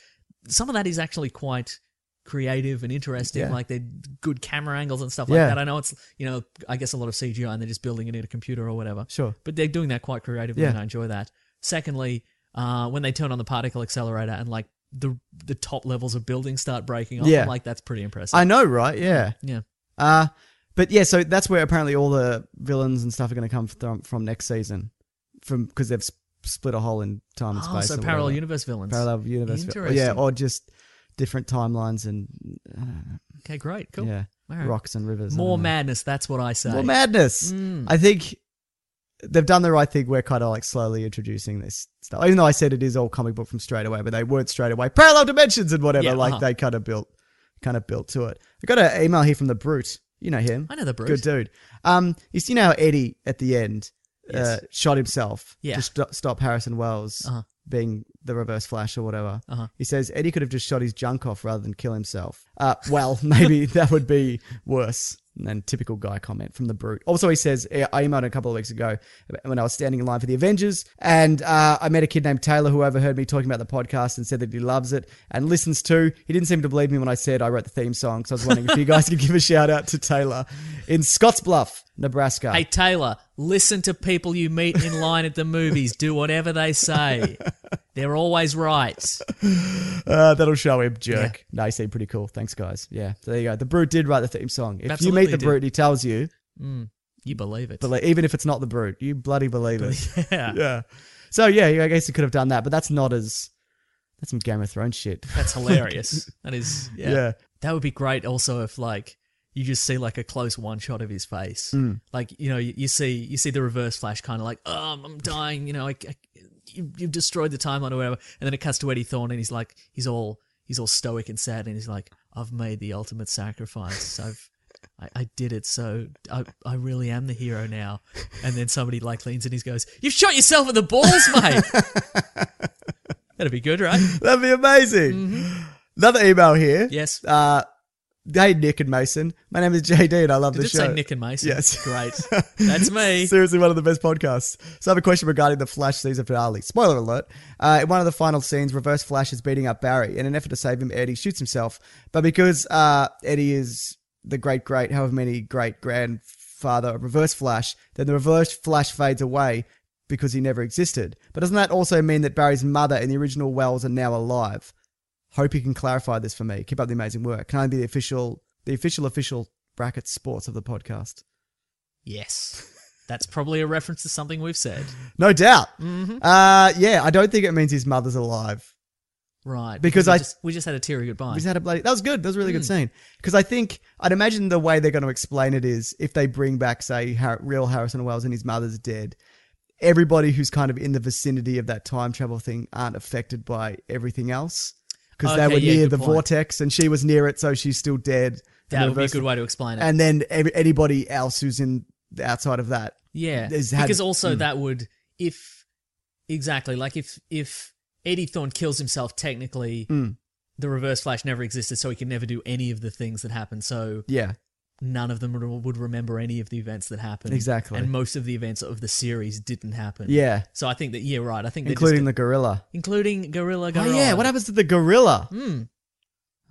C: some of that is actually quite creative and interesting
B: Yeah.
C: like they're good camera angles and stuff like
B: Yeah.
C: that i know it's you know i guess a lot of cgi and they're just building it in a computer or whatever
B: Sure.
C: but they're doing that quite creatively
B: Yeah.
C: and i enjoy that secondly uh, when they turn on the particle accelerator and like the the top levels of buildings start breaking off
B: Yeah.
C: I'm like that's pretty impressive
B: I know, right? Yeah.
C: yeah
B: Uh but yeah, so that's where apparently all the villains and stuff are going to come from, from next season, from because they've sp- split a hole in time and
C: oh,
B: space.
C: so
B: or
C: parallel
B: whatever.
C: universe villains
B: parallel universe, vi- yeah,
C: Interesting.
B: or just different timelines and uh,
C: okay great cool
B: yeah,
C: All right.
B: rocks and rivers. I
C: More
B: don't know.
C: madness, that's what I say. Mm.
B: more madness. I think they've done the right thing. We're kind of like slowly introducing this stuff, even though I said it is all comic book from straight away, but they weren't straight away. Parallel dimensions and whatever,
C: Yeah,
B: like
C: uh-huh.
B: they kind of built, kind of built to it. I got an email here from the brute. You know him.
C: I know the Brute.
B: Good dude. Um, you see now Eddie at the end
C: Yes.
B: uh, shot himself
C: Yeah.
B: to st- stop Harrison Wells
C: Uh-huh.
B: being the Reverse Flash or whatever.
C: Uh-huh.
B: He says Eddie could have just shot his junk off rather than kill himself. Uh, well, maybe that would be worse than typical guy comment from the brute. Also, he says I I emailed a couple of weeks ago when I was standing in line for the Avengers, and uh, I met a kid named Taylor who overheard me talking about the podcast and said that he loves it and listens to. He didn't seem to believe me when I said I wrote the theme song, so I was wondering if you guys could give a shout out to Taylor in Scottsbluff, Nebraska.
C: Hey, Taylor, listen to people you meet in line at the movies. Do whatever they say. They're always right.
B: Uh, that'll show him, jerk. No, he seemed pretty cool. Thanks, guys. Yeah, so there you go. The Brute did write the theme song. If
C: Absolutely
B: you meet the
C: did.
B: Brute, and he tells you,
C: You believe it.
B: but even if it's not the Brute, you bloody believe it.
C: yeah,
B: yeah. So yeah, I guess he could have done that, but that's not as that's some Game of Thrones shit.
C: that's hilarious. That is, yeah.
B: Yeah.
C: That would be great also if, like, you just see like a close one shot of his face, like you know you, you see you see the reverse flash kind of like oh I'm- I'm dying you know I, I- you, you've destroyed the timeline or whatever, and then it cuts to Eddie Thorne and he's like he's all he's all stoic and sad and he's like I've made the ultimate sacrifice I've I, I did it, so I, I really am the hero now. And then somebody like leans in and he goes, You've shot yourself in the balls, mate. That'd be good, right?
B: That'd be amazing.
C: Mm-hmm.
B: Another email here.
C: Yes.
B: Uh, hey, Nick and Mason. My name is JD and I love
C: I
B: the
C: did
B: show.
C: say Nick and Mason.
B: Yes.
C: Great. That's me.
B: Seriously, one of the best podcasts. So I have a question regarding the Flash season finale. Spoiler alert. Uh, in one of the final scenes, Reverse Flash is beating up Barry. In an effort to save him, Eddie shoots himself. But because uh, Eddie is the great, great, however many great grandfather of Reverse Flash, then the Reverse Flash fades away because he never existed. But doesn't that also mean that Barry's mother and the original Wells are now alive? Hope you can clarify this for me. Keep up the amazing work. Can I be the official, the official, official bracket sports of the podcast?
C: Yes. That's probably a reference to something we've said.
B: No doubt.
C: Mm-hmm.
B: Uh, yeah, I don't think it means his mother's alive.
C: Right.
B: Because
C: we
B: I-
C: just, we just had a teary goodbye.
B: We just had a bloody, that was good. That was a really good
C: Mm.
B: scene. Because I think, I'd imagine the way they're going to explain it is if they bring back, say, Har- real Harrison Wells and his mother's dead, everybody who's kind of in the vicinity of that time travel thing aren't affected by everything else. Because they
C: Okay,
B: were
C: yeah,
B: near
C: good
B: the
C: point.
B: vortex and she was near it, so she's still dead.
C: that
B: And
C: would be a
B: reverse-
C: good way to explain it.
B: And then every, anybody else who's in the outside of that.
C: Yeah,
B: There's had- mm.
C: because also that would if exactly like if if Eddie Thorne kills himself, technically
B: Mm.
C: the Reverse Flash never existed, so he can never do any of the things that happened. So
B: Yeah.
C: none of them would- would remember any of the events that happened.
B: Exactly.
C: and most of the events of the series didn't happen.
B: Yeah.
C: So I think that yeah, right. I think
B: Including
C: they're
B: the gorilla.
C: just, including Gorilla
B: Oh,
C: Gorilla.
B: yeah. What happens to the gorilla?
C: Hmm.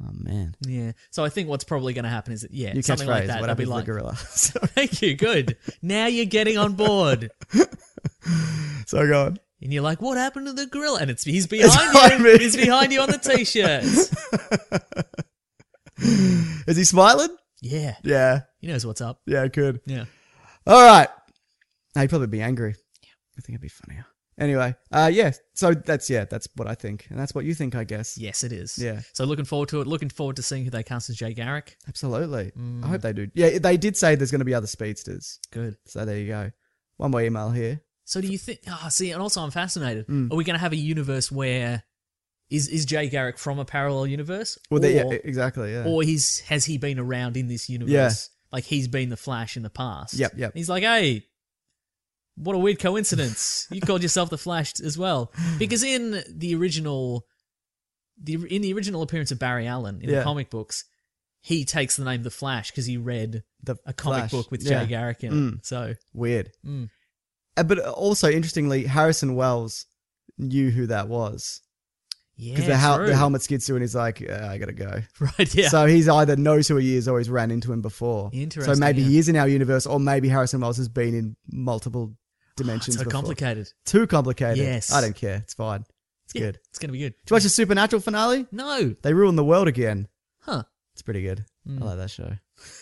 B: Oh, man.
C: Yeah. So I think what's probably going to happen is that yeah,
B: Your
C: something
B: catchphrase,
C: like that.
B: what
C: They'll be
B: happens to the gorilla? so,
C: like, Thank you. Good. now you're getting on board.
B: so go on.
C: And you're like, what happened to the gorilla? And it's he's
B: behind
C: behind
B: me.
C: you. he's behind you on the t-shirts.
B: Is he smiling?
C: Yeah,
B: Yeah.
C: he knows what's up.
B: Yeah, good.
C: Yeah,
B: All right. I'd probably be angry. Yeah. I think it'd be funnier. Anyway, uh, yeah. So that's, yeah, that's what I think. And that's what you think, I guess.
C: yes, it is.
B: Yeah.
C: So looking forward to it. Looking forward to seeing who they cast as Jay Garrick.
B: Absolutely.
C: Mm.
B: I hope they do. Yeah, they did say there's going to be other speedsters.
C: Good.
B: So there you go. One more email here.
C: So do you think? Ah, see, and also I'm fascinated.
B: Mm.
C: Are we going to have a universe where is is Jay Garrick from a parallel universe?
B: Well,
C: or,
B: they, yeah, exactly. Yeah.
C: or he's has he been around in this universe?
B: Yeah.
C: Like he's been the Flash in the past.
B: Yep, yep.
C: He's like, hey, what a weird coincidence. you called yourself the Flash t- as well, because in the original, the in the original appearance of Barry Allen in
B: Yeah.
C: the comic books, he takes the name the Flash because he read
B: the
C: a comic
B: Flash.
C: book with
B: Yeah.
C: Jay Garrick in
B: Mm.
C: it. So
B: Weird.
C: Mm.
B: Uh, But also, interestingly, Harrison Wells knew who that was.
C: yeah,
B: Because the, hel-
C: true.
B: the helmet skids through and he's like, uh, I got to go.
C: right? Yeah.
B: So he's either knows who he is or he's ran into him before. So
C: Interesting,
B: maybe
C: yeah. Oh,
B: he is in our universe, or maybe Harrison Wells has been in multiple dimensions.
C: so
B: before.
C: complicated.
B: Too complicated.
C: Yes.
B: I don't care. It's fine. It's
C: Yeah,
B: good. Did
C: It's gonna be good.
B: you watch the Supernatural finale?
C: No,
B: They ruin the world again.
C: huh? Hmm.
B: It's pretty good. I like that show.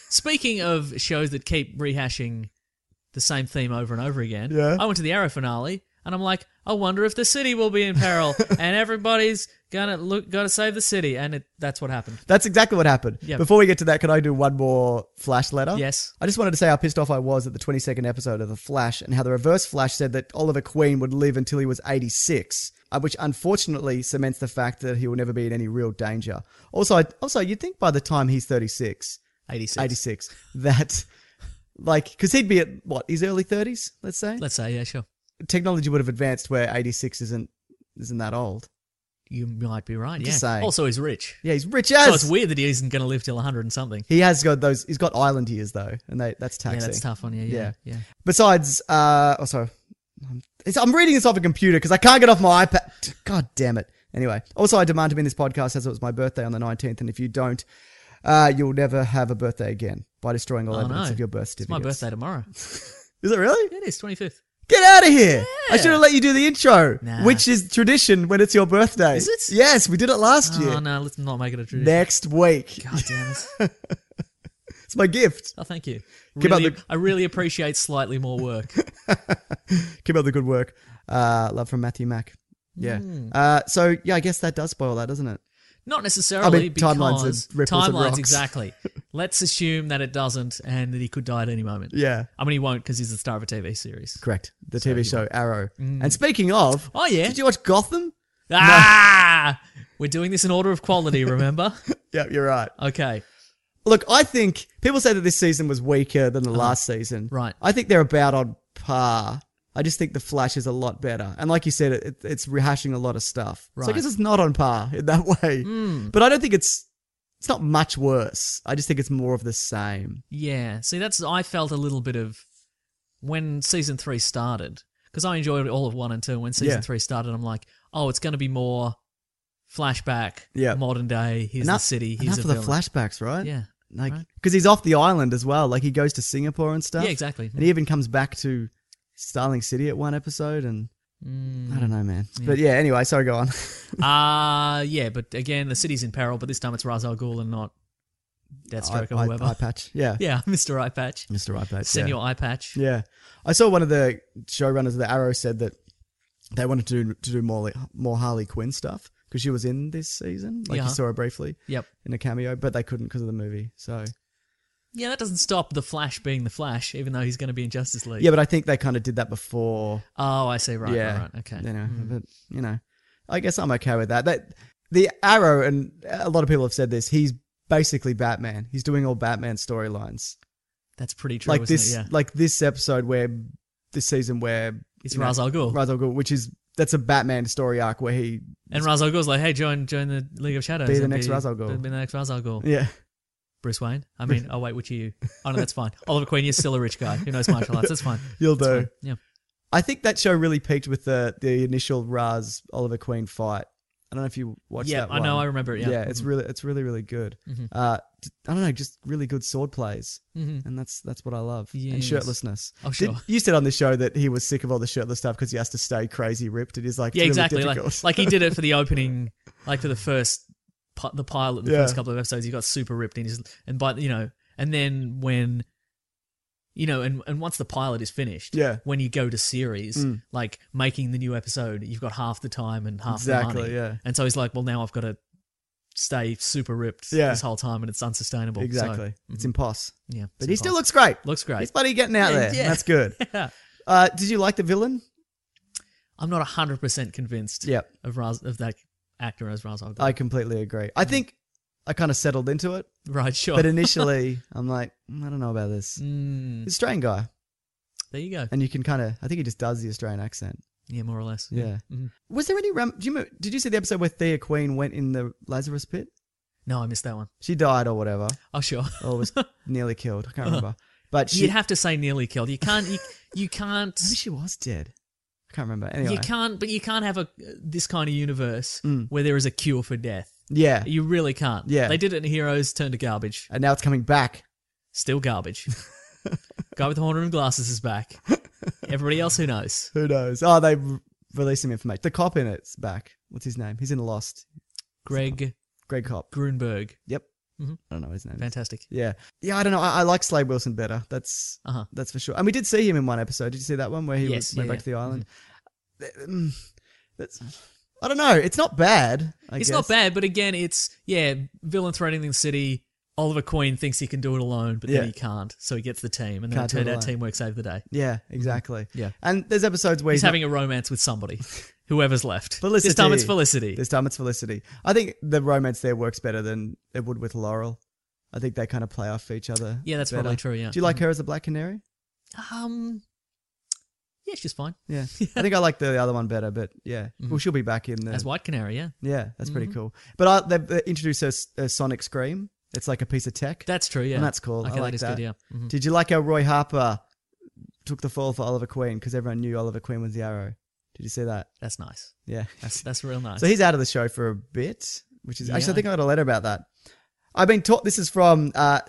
C: Speaking of shows that keep rehashing the same theme over and over again,
B: Yeah.
C: I went to the Arrow finale and I'm like, I wonder if the city will be in peril and everybody's gonna look gotta save the city and it, that's what happened.
B: That's exactly what happened.
C: Yeah.
B: Before we get to that, can I do one more flash letter?
C: Yes.
B: I just wanted to say how pissed off I was at the 22nd episode of The Flash and how the reverse Flash said that Oliver Queen would live until he was 86, uh, which unfortunately cements the fact that he will never be in any real danger. Also, I, also you'd think by the time he's 36,
C: 86.
B: 86, that like because he'd be at what his early 30s, let's say.
C: Let's say, yeah, sure.
B: Technology would have advanced where 86 isn't isn't that old.
C: You might be right.
B: Just
C: yeah.
B: saying.
C: Also, he's rich.
B: Yeah, he's rich as.
C: So it's weird that he isn't going to live till 100 and something.
B: He has got those. He's got island years though, and they, that's taxing.
C: Yeah, that's tough on you. Yeah. Yeah.
B: Besides, uh, oh, sorry. I'm- it's- I'm reading this off a computer because I can't get off my iPad. God damn it. Anyway, also, I demand to be in this podcast as it was my birthday on the 19th, and if you don't, uh, you'll never have a birthday again by destroying all
C: Oh,
B: evidence
C: no.
B: of your birth
C: It's my
B: certificate.
C: birthday tomorrow.
B: Is it really?
C: it is, 25th.
B: Get out of here. I should have let you do the intro,
C: Nah.
B: which is tradition when it's your birthday.
C: Is it?
B: Yes, we did it last
C: Oh,
B: year.
C: no, let's not make it a tradition.
B: Next week.
C: God damn it.
B: It's my gift.
C: Oh, thank you.
B: Keep up
C: Really,
B: the-
C: I really appreciate slightly more work.
B: Keep up the good work. Uh, love from Matthew Mack. Yeah.
C: Hmm.
B: Uh, so, yeah, I guess that does spoil that, doesn't it?
C: Not necessarily because
B: timelines are ripples and
C: timelines
B: rocks.
C: exactly. Let's assume that it doesn't, and that he could die at any moment.
B: Yeah.
C: I mean, he won't because he's the star of a TV series.
B: Correct. The TV show Arrow. And speaking of,
C: Mm. Oh, yeah.
B: did you watch Gotham?
C: Ah, we're doing this in order of quality. Remember?
B: Yep, you're right.
C: okay.
B: Look, I think people say that this season was weaker than the last season.
C: Uh-huh. right.
B: I think they're about on par. I just think the Flash is a lot better, and like you said, it, it's rehashing a lot of stuff. So I
C: Right. Hmm.
B: guess it's not on par in that way. But I don't think it's it's not much worse. I just think it's more of the same.
C: Yeah. See, that's I felt a little bit of when season three started because I enjoyed all of one and two. When season
B: Yeah.
C: three started, I'm like, oh, it's going to be more flashback,
B: Yeah.
C: modern day. Here's
B: enough
C: the city.
B: enough
C: Here's the
B: of the
C: villain.
B: flashbacks, right?
C: Yeah.
B: like
C: right.
B: because he's off the island as well. Like he goes to Singapore and stuff.
C: Yeah, exactly.
B: And he even comes back to Starling City at one episode, and I don't know, man. But Mm, yeah, anyway, sorry, go on.
C: Uh yeah, but again, the city's in peril. But this time it's Ra's al Ghul and not Deathstroke or
B: Eye-
C: whoever.
B: eye, eye patch, yeah,
C: yeah, Mister Eye Patch,
B: Mr. Eye Patch,
C: Senior Eye Patch.
B: Yeah. yeah, I saw one of the showrunners of the Arrow said that they wanted to do, to do more like- more Harley Quinn stuff because she was in this season. Like
C: Yeah.
B: you saw her briefly
C: Yep.
B: in a cameo, but they couldn't because of the movie. So
C: Yeah, that doesn't stop the Flash being the Flash, even though he's going to be in Justice League.
B: yeah, but I think they kind of did that before.
C: Oh, I see. Right.
B: yeah.
C: Right. right. Okay.
B: You know, but you know, I guess I'm okay with that. That the Arrow and a lot of people have said this. He's basically Batman. He's doing all Batman storylines.
C: That's pretty true.
B: Like
C: isn't
B: this,
C: It? Yeah.
B: like this episode where this season where
C: It's
B: you know,
C: Ra's al Ghul.
B: Ra's al Ghul, which is that's a Batman story arc where he
C: And Ra's al Ghul's like, hey, join join the League of Shadows.
B: Be the
C: and
B: next Ra's al Ghul.
C: Be the next Ra's al Ghul.
B: yeah
C: Bruce Wayne. I mean, oh wait, which are you? Oh no, that's fine. Oliver Queen, you're still a rich guy who knows martial arts. That's fine.
B: you'll
C: That's
B: do.
C: fine. Yeah.
B: I think that show really peaked with the the initial Raz Oliver Queen fight. I don't know if you watched
C: Yeah,
B: that.
C: I know,
B: one.
C: I remember it, yeah. Mm-hmm.
B: yeah, it's really it's really really good. Uh, d- I don't know, just really good sword plays, and that's that's what I love. And
C: Mm-hmm. Yes.
B: shirtlessness.
C: Oh,
B: Did-
C: sure.
B: you said on the show that he was sick of all the shirtless stuff because he has to stay crazy ripped. It is like
C: Yeah,
B: really
C: exactly.
B: difficult.
C: Like, like he did it for the opening, like for the first, pi- the pilot, the
B: Yeah.
C: first couple of episodes, he got super ripped in his, and by you know, and then when, you know, and and once the pilot is finished,
B: Yeah. Mm.
C: when you go to series, like making the new episode, you've got half the time and half
B: Exactly,
C: the money,
B: yeah.
C: and so he's like, well, now I've got to stay super ripped
B: Yeah.
C: this whole time, and it's unsustainable. So, mm-hmm.
B: exactly, it's impos.
C: yeah,
B: But
C: it's
B: he still
C: impossible.
B: looks great.
C: Looks great.
B: He's bloody getting out
C: Yeah,
B: there.
C: yeah.
B: That's good.
C: Yeah.
B: Uh, did you like the villain?
C: I'm not hundred percent convinced.
B: Yep.
C: of Raz of that actor as Ra's al Ghul.
B: I completely agree.
C: Mm-hmm.
B: I think I kind of settled into it,
C: right, sure.
B: but initially I'm like, "Mm, I don't know about this.
C: Mm,
B: He's Australian guy,
C: there you go.
B: and you can kind of, I think he just does the Australian accent.
C: Yeah, more or less.
B: Yeah.
C: Mhm.
B: Was there any? Ram- do you remember, did you see the episode where Thea Queen went in the Lazarus pit?
C: No, I missed that one.
B: She died or whatever,
C: Oh, sure.
B: or was nearly killed. I can't remember. But she,
C: Uh-huh. You'd have to say nearly killed. You can't. You, you can't.
B: maybe she was dead. I can't remember. Anyway,
C: You can't. But you can't have a this kind of universe where there is a cure for death.
B: yeah.
C: You really can't.
B: Yeah.
C: They did it in Heroes. Turned to garbage.
B: And now it's coming back.
C: Still garbage. Guy with the horn rimmed glasses is back. Everybody else who knows.
B: Who knows? Oh, they re- released some information. The cop in it's back. What's his name? He's in Lost.
C: Greg
B: Greg Cop.
C: Grunberg.
B: Yep.
C: Mm-hmm.
B: I don't know his name.
C: Fantastic.
B: Yeah, yeah. I don't know. I, I like Slade Wilson better. That's
C: Uh-huh.
B: that's for sure. And we did see him in one episode. Did you see that one where he
C: Yes,
B: was, went
C: yeah,
B: back
C: yeah. Mm-hmm.
B: to the island? Mm, That's I don't know. It's not bad. I
C: it's
B: guess.
C: not bad, but again, it's yeah, villain threatening the city. Oliver Queen thinks he can do it alone, but
B: Yeah.
C: then he can't, so he gets the team, and
B: Can't
C: then it
B: do it
C: turned out
B: alone.
C: teamwork saved the day.
B: Yeah, exactly.
C: Mm-hmm. Yeah.
B: and there's episodes where
C: He's
B: he's, not-
C: having a romance with somebody, whoever's left.
B: Felicity.
C: This time it's Felicity.
B: This time it's Felicity. I think the romance there works better than it would with Laurel. I think they kind of play off each other.
C: Yeah, that's
B: better.
C: probably true, yeah. Mm-hmm.
B: Do you like her as a black canary?
C: Um, yeah, she's fine
B: Yeah, I think I like the other one better, but yeah, well, she'll be back in the
C: Mm-hmm. as Mm-hmm. White Canary. Yeah,
B: Yeah, that's pretty cool. But I, they've uh, introduced a, s- a Sonic Scream. It's like a piece of tech.
C: that's true. Yeah,
B: And that's cool.
C: Okay,
B: I like
C: that is
B: that.
C: good. Yeah, Mhm.
B: Did you like how Roy Harper took the fall for Oliver Queen because everyone knew Oliver Queen was the arrow? Did you see that?
C: that's nice.
B: Yeah.
C: That's that's real nice.
B: so he's out of the show for a bit, which is actually, I
C: Yeah.
B: think I got a letter about that. I've been taught this is from uh,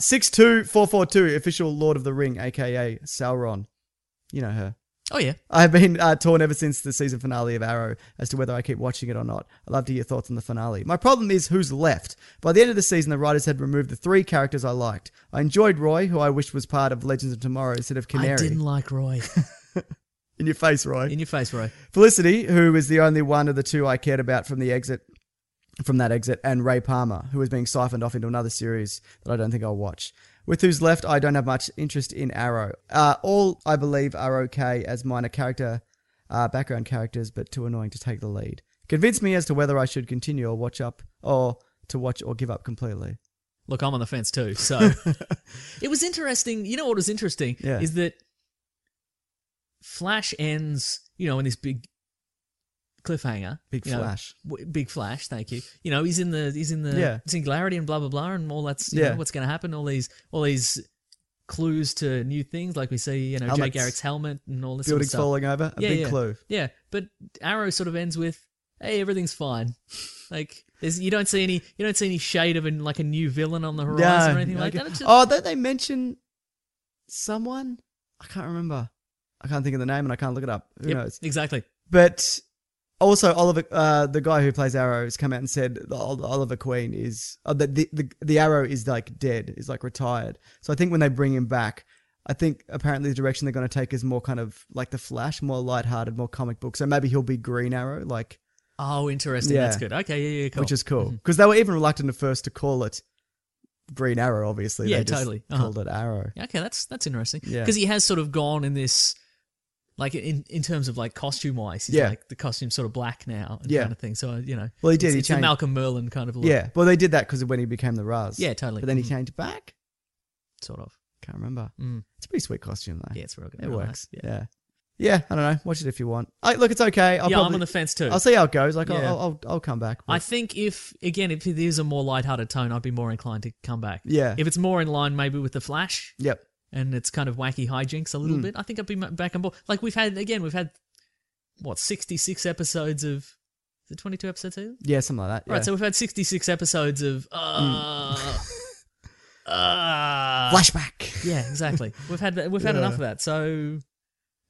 B: 62442, official Lord of the Ring, aka Sauron. You know her.
C: oh yeah,
B: I've been uh, torn ever since the season finale of Arrow as to whether I keep watching it or not. I'd love to hear your thoughts on the finale. My problem is who's left. By the end of the season, the writers had removed the three characters I liked. I enjoyed Roy, who I wished was part of Legends of Tomorrow instead of Canary.
C: I didn't like Roy.
B: In your face, Roy.
C: In your face, Roy.
B: Felicity, who is the only one of the two I cared about from the exit, from that exit, and Ray Palmer, who is being siphoned off into another series that I don't think I'll watch. With who's left, I don't have much interest in Arrow. Uh, all I believe are okay as minor character, uh, background characters, but too annoying to take the lead. Convince me as to whether I should continue or watch up, or to watch or give up completely.
C: Look, I'm on the fence too. So it was interesting. You know what was interesting
B: Yeah.
C: is that Flash ends, you know, in this big cliffhanger.
B: Big
C: you know,
B: flash.
C: w- big Flash. Thank you. You know, he's in the he's in the
B: Yeah.
C: singularity and blah blah blah and all that's you
B: Yeah.
C: know, what's going to happen. All these all these clues to new things, like we see, you know, Jay
B: Helmets.
C: Garrick's helmet and all this sort of
B: Buildings
C: stuff.
B: falling over. A big
C: yeah.
B: clue.
C: Yeah, but Arrow sort of ends with, "Hey, everything's fine." Like, there's, you don't see any, you don't see any shade of an, like a new villain on the horizon or anything like
B: okay.
C: that. It's just-
B: Oh, don't they mention someone? I can't remember. I can't think of the name and I can't look it up. Who
C: Yep,
B: knows?
C: exactly.
B: But also, Oliver, uh, the guy who plays Arrow, has come out and said the Ol- Oliver Queen is uh, the, the the the Arrow is like dead, is like retired. So I think when they bring him back, I think apparently the direction they're going to take is more kind of like the Flash, more lighthearted, more comic book. So maybe he'll be Green Arrow, like
C: Oh, interesting. That's
B: Yeah.
C: good. Okay, yeah, yeah, cool. Mm-hmm.
B: which is cool because they were even reluctant at first to call it Green Arrow. Obviously,
C: Yeah,
B: they just
C: totally. Uh-huh.
B: called it Arrow.
C: Yeah, Okay, that's that's interesting.
B: Yeah.
C: because he has sort of gone in this, like in in terms of like costume wise, he's
B: Yeah.
C: like the costume's sort of black now and
B: Yeah.
C: kind of thing. So uh, you know,
B: Well, he did,
C: It's,
B: he
C: it's a
B: changed-
C: Malcolm Merlin kind of look.
B: Yeah, well, they did that because when he became the Raz.
C: Yeah, totally.
B: But then he
C: Mhm.
B: changed back.
C: sort of.
B: Can't remember.
C: Mm.
B: It's a pretty sweet costume though.
C: Yeah, it's real good.
B: It
C: real
B: works.
C: nice.
B: Yeah. yeah. I don't know. Watch it if you want. I, look, it's okay. I'll
C: yeah,
B: probably,
C: I'm on the fence too.
B: I'll see how it goes. Like,
C: Yeah.
B: I'll, I'll, I'll come back.
C: I think if again, if it is a more lighthearted tone, I'd be more inclined to come back.
B: Yeah.
C: If it's more in line maybe with the Flash
B: yep.
C: and it's kind of wacky hijinks a
B: Hmm.
C: little bit, I think I'd be m- back on board. Like we've had again, we've had what sixty six episodes of is it twenty two episodes? Either?
B: Yeah, something like that.
C: Right.
B: yeah.
C: So we've had sixty six episodes of uh, uh,
B: Hmm. flashback.
C: Yeah, exactly. We've had that, we've had enough of that. So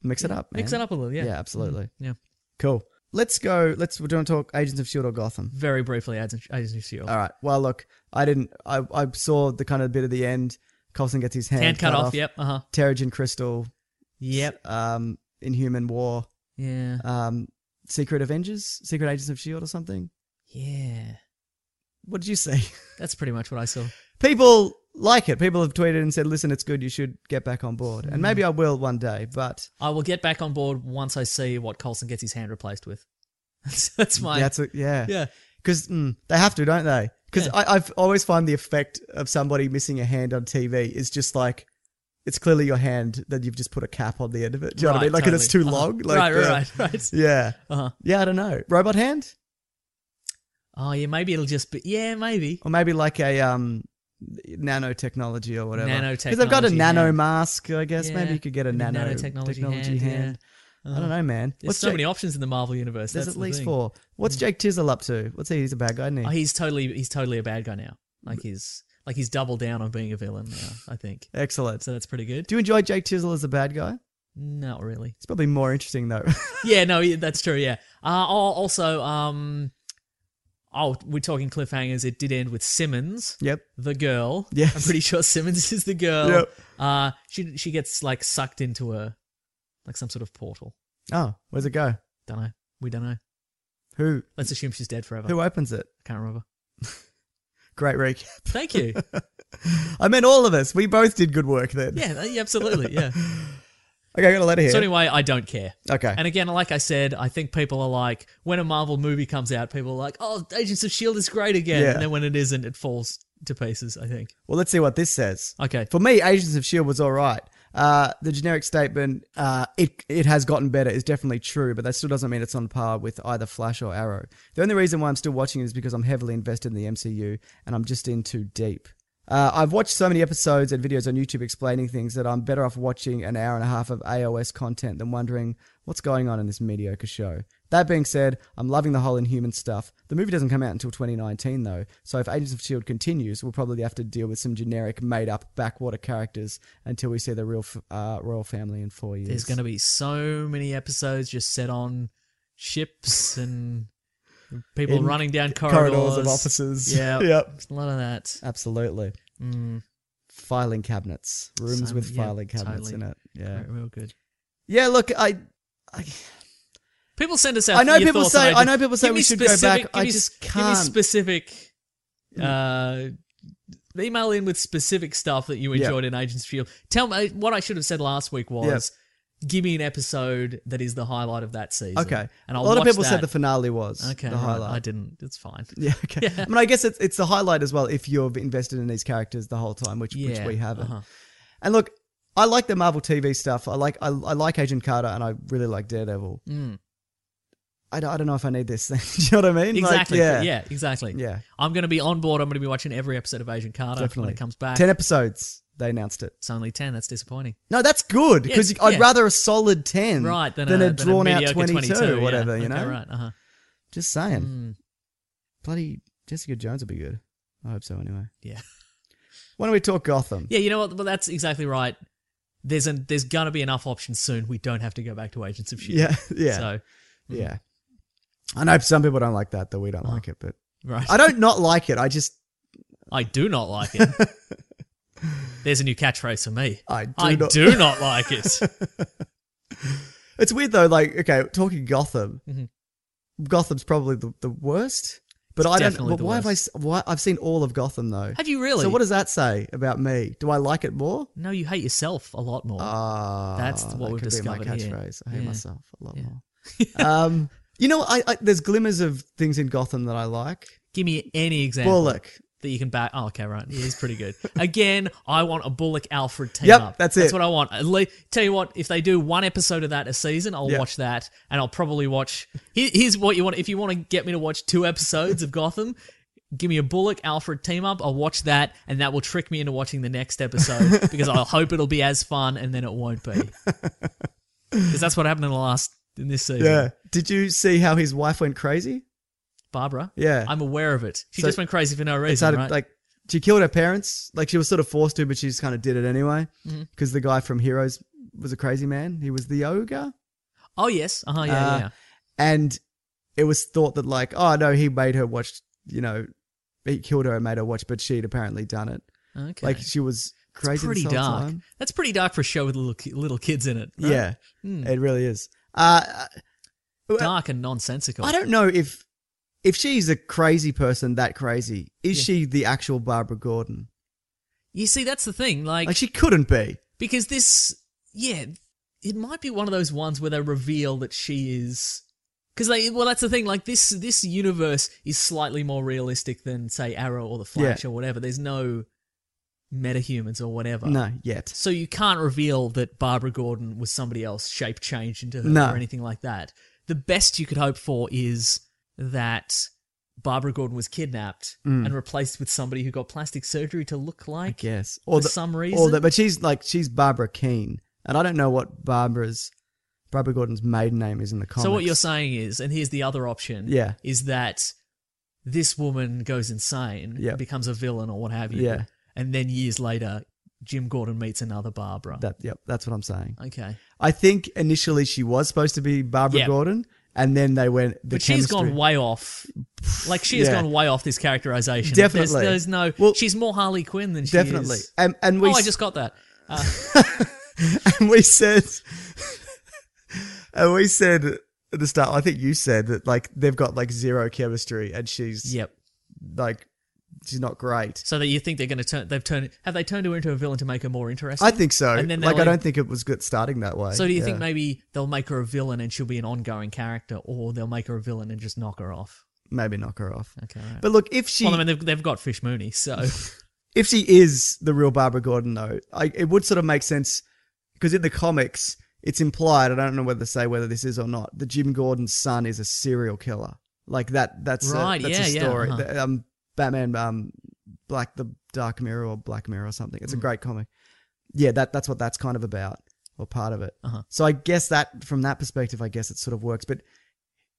B: Mix it up. Man.
C: mix it up a little. Yeah. Mm-hmm.
B: Yeah, absolutely.
C: Yeah.
B: Cool. Let's go. Let's. We're going to talk Agents of Shield or Gotham.
C: Very briefly, I just, I just feel.
B: All right. Well, look, I didn't. I, I saw the kind of bit at the end. Colson gets his hand,
C: Hand cut off. Yep. Uh huh.
B: Terrigen Crystal.
C: Yep.
B: Um, Inhuman War.
C: Yeah.
B: Um, Secret Avengers, Secret Agents of Shield, E or something.
C: Yeah.
B: What did you say?
C: That's pretty much what I saw.
B: People like it. People have tweeted and said, "Listen, it's good. You should get back on board." And
C: Hmm.
B: maybe I will one day. But
C: I will get back on board once I see what Colson gets his hand replaced with. That's my
B: that's a, yeah,
C: yeah.
B: Because mm, they have to, don't they? Because
C: Yeah.
B: I I've always find the effect of somebody missing a hand on TV is just like. It's clearly your hand that you've just put a cap on the end of it. Do you know what I
C: Right,
B: mean? Like and it's too
C: totally.
B: long.
C: Uh-huh.
B: Like,
C: right,
B: yeah.
C: right, right, right.
B: Yeah.
C: Uh-huh.
B: Yeah, I don't know. Robot hand?
C: Oh yeah, maybe it'll just be yeah, maybe.
B: or maybe like a um nanotechnology or whatever. because they've got a
C: Nanotechnology
B: nano
C: hand.
B: mask. I guess maybe
C: Yeah,
B: you could get a
C: maybe
B: nano
C: nanotechnology
B: technology
C: hand, Uh-huh.
B: hand. I don't know, man.
C: There's so
B: Jake-
C: many options in the Marvel universe.
B: There's at
C: that's the
B: least
C: thing. Hmm.
B: four. What's Jake Tizzle up to? What's he? He's a bad guy, isn't he?
C: Oh, he's totally he's totally a bad guy now. Like he's like he's doubled down on being a villain now. I think
B: Excellent.
C: so. That's pretty good.
B: Do you enjoy Jake Tizzle as a bad guy?
C: Not really.
B: It's probably more interesting though.
C: Yeah, no, yeah, that's true. Yeah. Uh, oh, also, um, oh, we're talking cliffhangers. It did end with Simmons.
B: yep.
C: the girl.
B: Yes.
C: I'm pretty sure Simmons is the girl.
B: Yep.
C: Uh she she gets like sucked into a like some sort of portal.
B: Oh, where's it go?
C: Don't know. We don't know.
B: Who?
C: Let's assume she's dead forever.
B: Who opens it?
C: I can't remember.
B: Great recap.
C: Thank you.
B: I meant all of us. We both did good work then.
C: yeah, that- yeah, absolutely. Yeah.
B: Okay, I got a letter here.
C: So anyway, I don't care.
B: okay.
C: And again, like I said, I think people are like, when a Marvel movie comes out, people are like, "Oh, Agents of Shield is great again,"
B: Yeah.
C: and then when it isn't, it falls to pieces. I think.
B: well, let's see what this says.
C: Okay.
B: For me, Agents of Shield E was all right. Uh, the generic statement, uh, it it has gotten better, is definitely true, but that still doesn't mean it's on par with either Flash or Arrow. The only reason why I'm still watching it is because I'm heavily invested in the MCU and I'm just in too deep. Uh, I've watched so many episodes and videos on YouTube explaining things that I'm better off watching an hour and a half of AOS content than wondering what's going on in this mediocre show. That being said, I'm loving the whole Inhuman stuff. The movie doesn't come out until 2019, though, so if Agents of S.H.I.E.L.D. E continues, we'll probably have to deal with some generic, made up backwater characters until we see the real f- uh, royal family in four years.
C: There's going to be so many episodes just set on ships and people
B: In
C: running down corridors,
B: corridors of offices.
C: Yeah,
B: Yep.
C: There's a lot of that.
B: Absolutely.
C: Mm,
B: Filing cabinets, rooms
C: So-
B: with
C: yeah,
B: filing cabinets
C: totally.
B: in it. Yeah.
C: Right, real good.
B: Yeah, look, I. I
C: People send us out.
B: I know
C: your
B: people
C: thoughts
B: say-
C: on
B: I
C: Agent-
B: know people say
C: Give
B: we
C: me
B: should go back.
C: specific-
B: I
C: give me
B: just
C: s- Give
B: can't. Mm.
C: me specific. Uh, email in with specific stuff that you
B: Yeah.
C: E uh, enjoyed in Agents of Shield. Tell me what I should have said last week was. give me an episode that is the highlight of that season.
B: Okay.
C: and I'll
B: a lot of
C: watch
B: people said the
C: that.
B: finale was
C: okay
B: the
C: right,
B: highlight.
C: I didn't. It's fine.
B: Yeah, okay. I mean, I guess it's, it's the highlight as well if you've invested in these characters the whole time, which which
C: Yeah,
B: we haven't.
C: uh-huh.
B: And look, I like the Marvel TV stuff. I like I, I like Agent Carter, and I really like Daredevil.
C: Mm.
B: I, don't, I don't know if I need this thing. Do you know what I mean? Like,
C: Exactly. yeah. Exactly.
B: Yeah.
C: I'm going to be on board. I'm going to be watching every episode of Agent Carter when it comes back.
B: Ten episodes. They announced it.
C: it's only ten. That's disappointing.
B: No, that's good because
C: Yeah,
B: I'd
C: yeah.
B: rather a solid ten
C: Right. Then
B: than
C: a,
B: Mm. a
C: then
B: drawn out
C: mediocre
B: 22,
C: 22, yeah.
B: whatever. You
C: Okay,
B: know,
C: Right. Mm. Uh huh.
B: just saying. Bloody Jessica Jones will be good. I hope so. Anyway,
C: Yeah.
B: why don't we talk Gotham?
C: Yeah. You know what? But that's exactly right. There's an, there's going to be enough options soon. We don't have to go back to Agents of Shield.
B: Yeah, yeah.
C: E So mm.
B: Yeah. I know some people don't like that, though we
C: Oh.
B: don't like it, but
C: right.
B: I don't not like it. I just
C: I do not like it. There's a new catchphrase for me.
B: I do
C: I
B: not-
C: do not like it.
B: it's weird though, like, okay, talking Gotham.
C: Mm-hmm.
B: Gotham's probably the, the worst. But
C: It's
B: I don't
C: definitely
B: but
C: the
B: why have I
C: worst.
B: s- why I've seen all of Gotham though.
C: Have you really?
B: So what does that say about me? Do I like it more?
C: No, you hate yourself a lot more.
B: Ah,
C: Mm. That's what
B: that
C: we've
B: could be my
C: discovered here.
B: catchphrase. I hate
C: Yeah.
B: myself a lot
C: Yeah.
B: more. um, you know, I, I there's glimmers of things in Gotham that I like.
C: Give me any example
B: Bullock.
C: that you can back. Oh, okay, right. Yeah, he's pretty good. Again, I want a Bullock Alfred team
B: Yep,
C: up.
B: that's it.
C: That's what I want. At le- tell you what, if they do one episode of that a season, I'll
B: Yep.
C: watch that, and I'll probably watch. Here, here's what you want. If you want to get me to watch two episodes of Gotham. Give me a Bullock Alfred team up. I'll watch that, and that will trick me into watching the next episode because I'll hope it'll be as fun, and then it won't be. Because that's what happened in the last in this season.
B: Yeah. Did you see how his wife went crazy?
C: Barbara.
B: Yeah.
C: I'm aware of it. She
B: So-
C: just went crazy for no reason,
B: It's hard to-
C: right?
B: like she killed her parents. Like she was sort of forced to, but she just kind of did it anyway.
C: Mm-hmm.
B: Because the guy from Heroes was a crazy man. He was the ogre,
C: oh yes, uh-huh, yeah,
B: Uh,
C: yeah.
B: and it was thought that like, oh no, he made her watch. You know, he killed her and made her watch, but she'd apparently done it.
C: yeah. Okay,
B: Like she was crazy.
C: It's
B: this
C: pretty
B: whole
C: dark.
B: time.
C: That's pretty dark for a show with little ki- little kids in it. right? Hmm.
B: Yeah, it really is. Uh,
C: dark and nonsensical.
B: I don't know if if she's a crazy person that crazy. Is she the actual Barbara Gordon?
C: You see, that's the thing. Like,
B: Like she couldn't be.
C: because this, yeah, it might be one of those ones where they reveal that she is. Because they, well, that's the thing. Like this, this universe is slightly more realistic than, say, Arrow or the Flash
B: Yeah.
C: or whatever. There's no metahumans or whatever.
B: No, yet.
C: So you can't reveal that Barbara Gordon was somebody else, shape changed into her
B: No.
C: or anything like that. The best you could hope for is that Barbara Gordon was kidnapped and replaced with somebody who got plastic surgery to look
B: Mm. I
C: like.
B: guess,
C: for some
B: or
C: reason.
B: that. But she's like she's Barbara Keene, and I don't know what Barbara's Barbara Gordon's maiden name is in the comics.
C: So what you're saying is, and here's the other option,
B: Yeah.
C: is that this woman goes insane,
B: Yeah.
C: becomes a villain or what have you,
B: Yeah.
C: and then years later, Jim Gordon meets another Barbara.
B: That yep, that's what I'm saying.
C: okay,
B: I think initially she was supposed to be Barbara
C: Yeah.
B: Gordon, and then they went. The
C: but she's
B: chemistry-
C: gone way off. Like she has
B: Yeah.
C: gone way off this characterization.
B: Definitely.
C: there's, there's no.
B: Well-
C: she's more Harley Quinn than she
B: definitely.
C: is.
B: And and we
C: oh, I
B: s-
C: just got that. Uh,
B: and we said and we said at the start. I think you said that like they've got like zero chemistry, and she's
C: yep.
B: like she's not great.
C: So that you think they're going to turn? They've turned. Have they turned her into a villain to make her more interesting?
B: I think so.
C: And then they'll,
B: like I
C: like-
B: don't think it was good starting that way.
C: So do you
B: Yeah.
C: think maybe they'll make her a villain and she'll be an ongoing character, or they'll make her a villain and just knock her off?
B: maybe knock her off?
C: Okay. Right.
B: But look, if she
C: well, I mean, they've, they've got Fish Mooney, so
B: if she is the real Barbara Gordon, though, I, it would sort of make sense because in the comics, it's implied. I don't know whether to say whether this is or not. That Jim Gordon's son is a serial killer. Like that. That's
C: Right,
B: A, that's
C: yeah,
B: a
C: yeah,
B: story.
C: uh-huh.
B: The- um, Batman. Um, Black the Dark Mirror or Black Mirror or something.
C: Mm.
B: It's a great comic. Yeah, that that's what that's kind of about or part of it.
C: Uh-huh.
B: So I guess that from that perspective, I guess it sort of works. But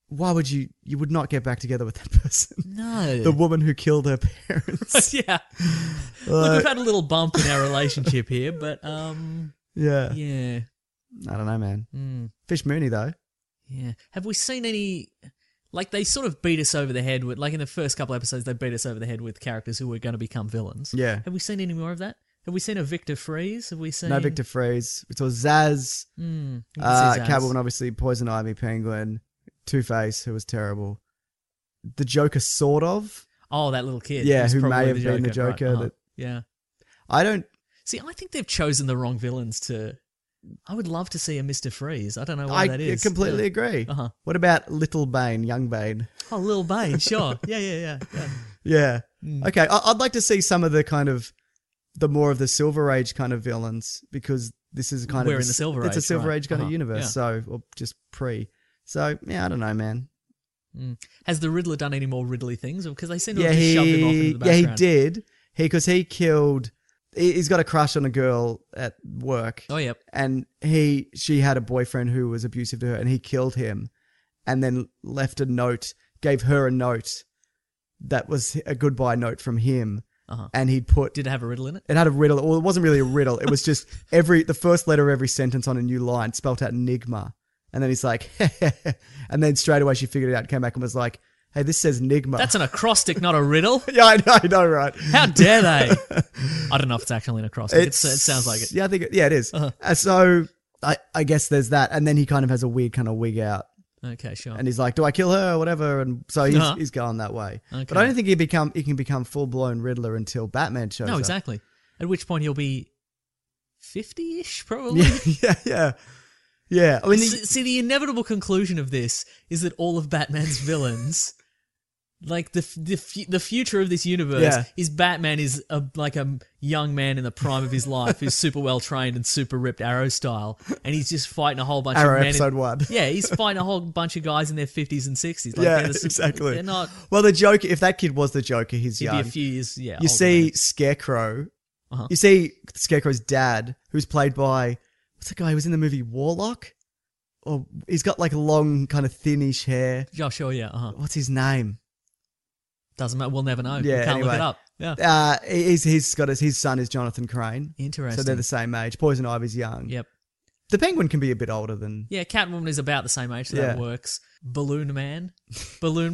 B: why would you? You would not get back together with that person.
C: no.
B: The woman who killed her parents.
C: yeah. Look,
B: Uh,
C: we've had a little bump in our relationship here, but um,
B: Yeah.
C: yeah,
B: I don't know, man.
C: mm,
B: Fish Mooney though.
C: yeah. Have we seen any? Like they sort of beat us over the head with, like in the first couple episodes, they beat us over the head with characters who were going to become villains.
B: Yeah.
C: Have we seen any more of that? Have we seen a Victor Freeze? Have we seen
B: No Victor Freeze. We saw Zaz,
C: Mm, we can
B: uh,
C: see Zaz.
B: Catwoman, obviously Poison Ivy, Penguin, Two Face, who was terrible. The Joker, sort of.
C: Oh, that little kid.
B: Yeah,
C: who's
B: who may
C: probably
B: have been the
C: right,
B: Joker
C: uh-huh,
B: that-
C: Yeah.
B: I don't.
C: See, I think they've chosen the wrong villains to I would love to see a Mister Freeze. I don't know why
B: I
C: that is.
B: completely agree.
C: Uh-huh.
B: What about Little Bane, Young Bane?
C: Oh, Lil Bane, sure. Yeah, yeah, yeah. yeah.
B: Yeah.
C: Hmm.
B: Okay. I- I'd like to see some of the kind of the more of the Silver Age kind of villains because this is kind
C: We're
B: of
C: in the Silver
B: It's a
C: Age,
B: Silver
C: right.
B: Age kind
C: Uh-huh,
B: of universe.
C: yeah.
B: So or just pre. So yeah, I don't know, man.
C: Has the Riddler done any more Riddly things? Because they seem to
B: yeah,
C: have just shoved him off
B: he
C: into the
B: yeah he
C: background.
B: did he because he killed. he- He's got a crush on a girl at work.
C: Oh, yep.
B: and he she had a boyfriend who was abusive to her and he killed him and then left a note gave her a note that was a goodbye note from him
C: Uh-huh.
B: and he'd put
C: Did it have a riddle in it?
B: it had a riddle well it wasn't really a riddle it was just every the first letter of every sentence on a new line spelt out enigma and then he's like and then straight away she figured it out came back and was like hey this says enigma
C: That's an acrostic, not a riddle.
B: yeah I know, I know right
C: How dare they? I don't know if it's actually an acrostic. It's, it sounds like it. Uh-huh.
B: Yeah, I think it, yeah, it is. Uh, so I, I guess there's that, and then he kind of has a weird kind of wig out,
C: Okay, sure.
B: and he's like, "Do I kill her or whatever?" And so he's,
C: Uh-huh.
B: he's going that way. But
C: Okay.
B: I don't think he become he can become full blown Riddler until Batman shows
C: No,
B: up.
C: exactly. At which point he'll be 50 ish, probably.
B: Yeah, yeah, yeah, yeah. I mean,
C: S- see, the inevitable conclusion of this is that all of Batman's villains, like the f- the fu- the future of this universe,
B: Yeah.
C: is Batman is a, like a young man in the prime of his life who's super well trained and super ripped Arrow style, and he's just fighting a whole bunch
B: Arrow
C: of men. in-
B: episode one.
C: Yeah, he's fighting a whole bunch of guys in their fifties and sixties. Like
B: yeah,
C: they're the su-
B: exactly.
C: They're not.
B: Well, the Joker. If that kid was the Joker, he's
C: He'd
B: young.
C: be a few years. Yeah.
B: you
C: older
B: see
C: than-
B: Scarecrow.
C: Uh-huh.
B: You see Scarecrow's dad, who's played by what's the guy who was in the movie Warlock? Or he's got like long, kind of thinnish hair.
C: Yeah, sure. Yeah. Uh huh.
B: What's his name?
C: Doesn't matter. We'll never know. we
B: Yeah,
C: can't look
B: anyway.
C: it up. Yeah.
B: Uh, he's he's got his, his son is Jonathan Crane.
C: Interesting.
B: So they're the same age. Poison Ivy's young.
C: Yep.
B: The Penguin can be a bit older than.
C: Yeah, Catwoman is about the same age, so that
B: Yeah.
C: works. Balloon Man, Balloon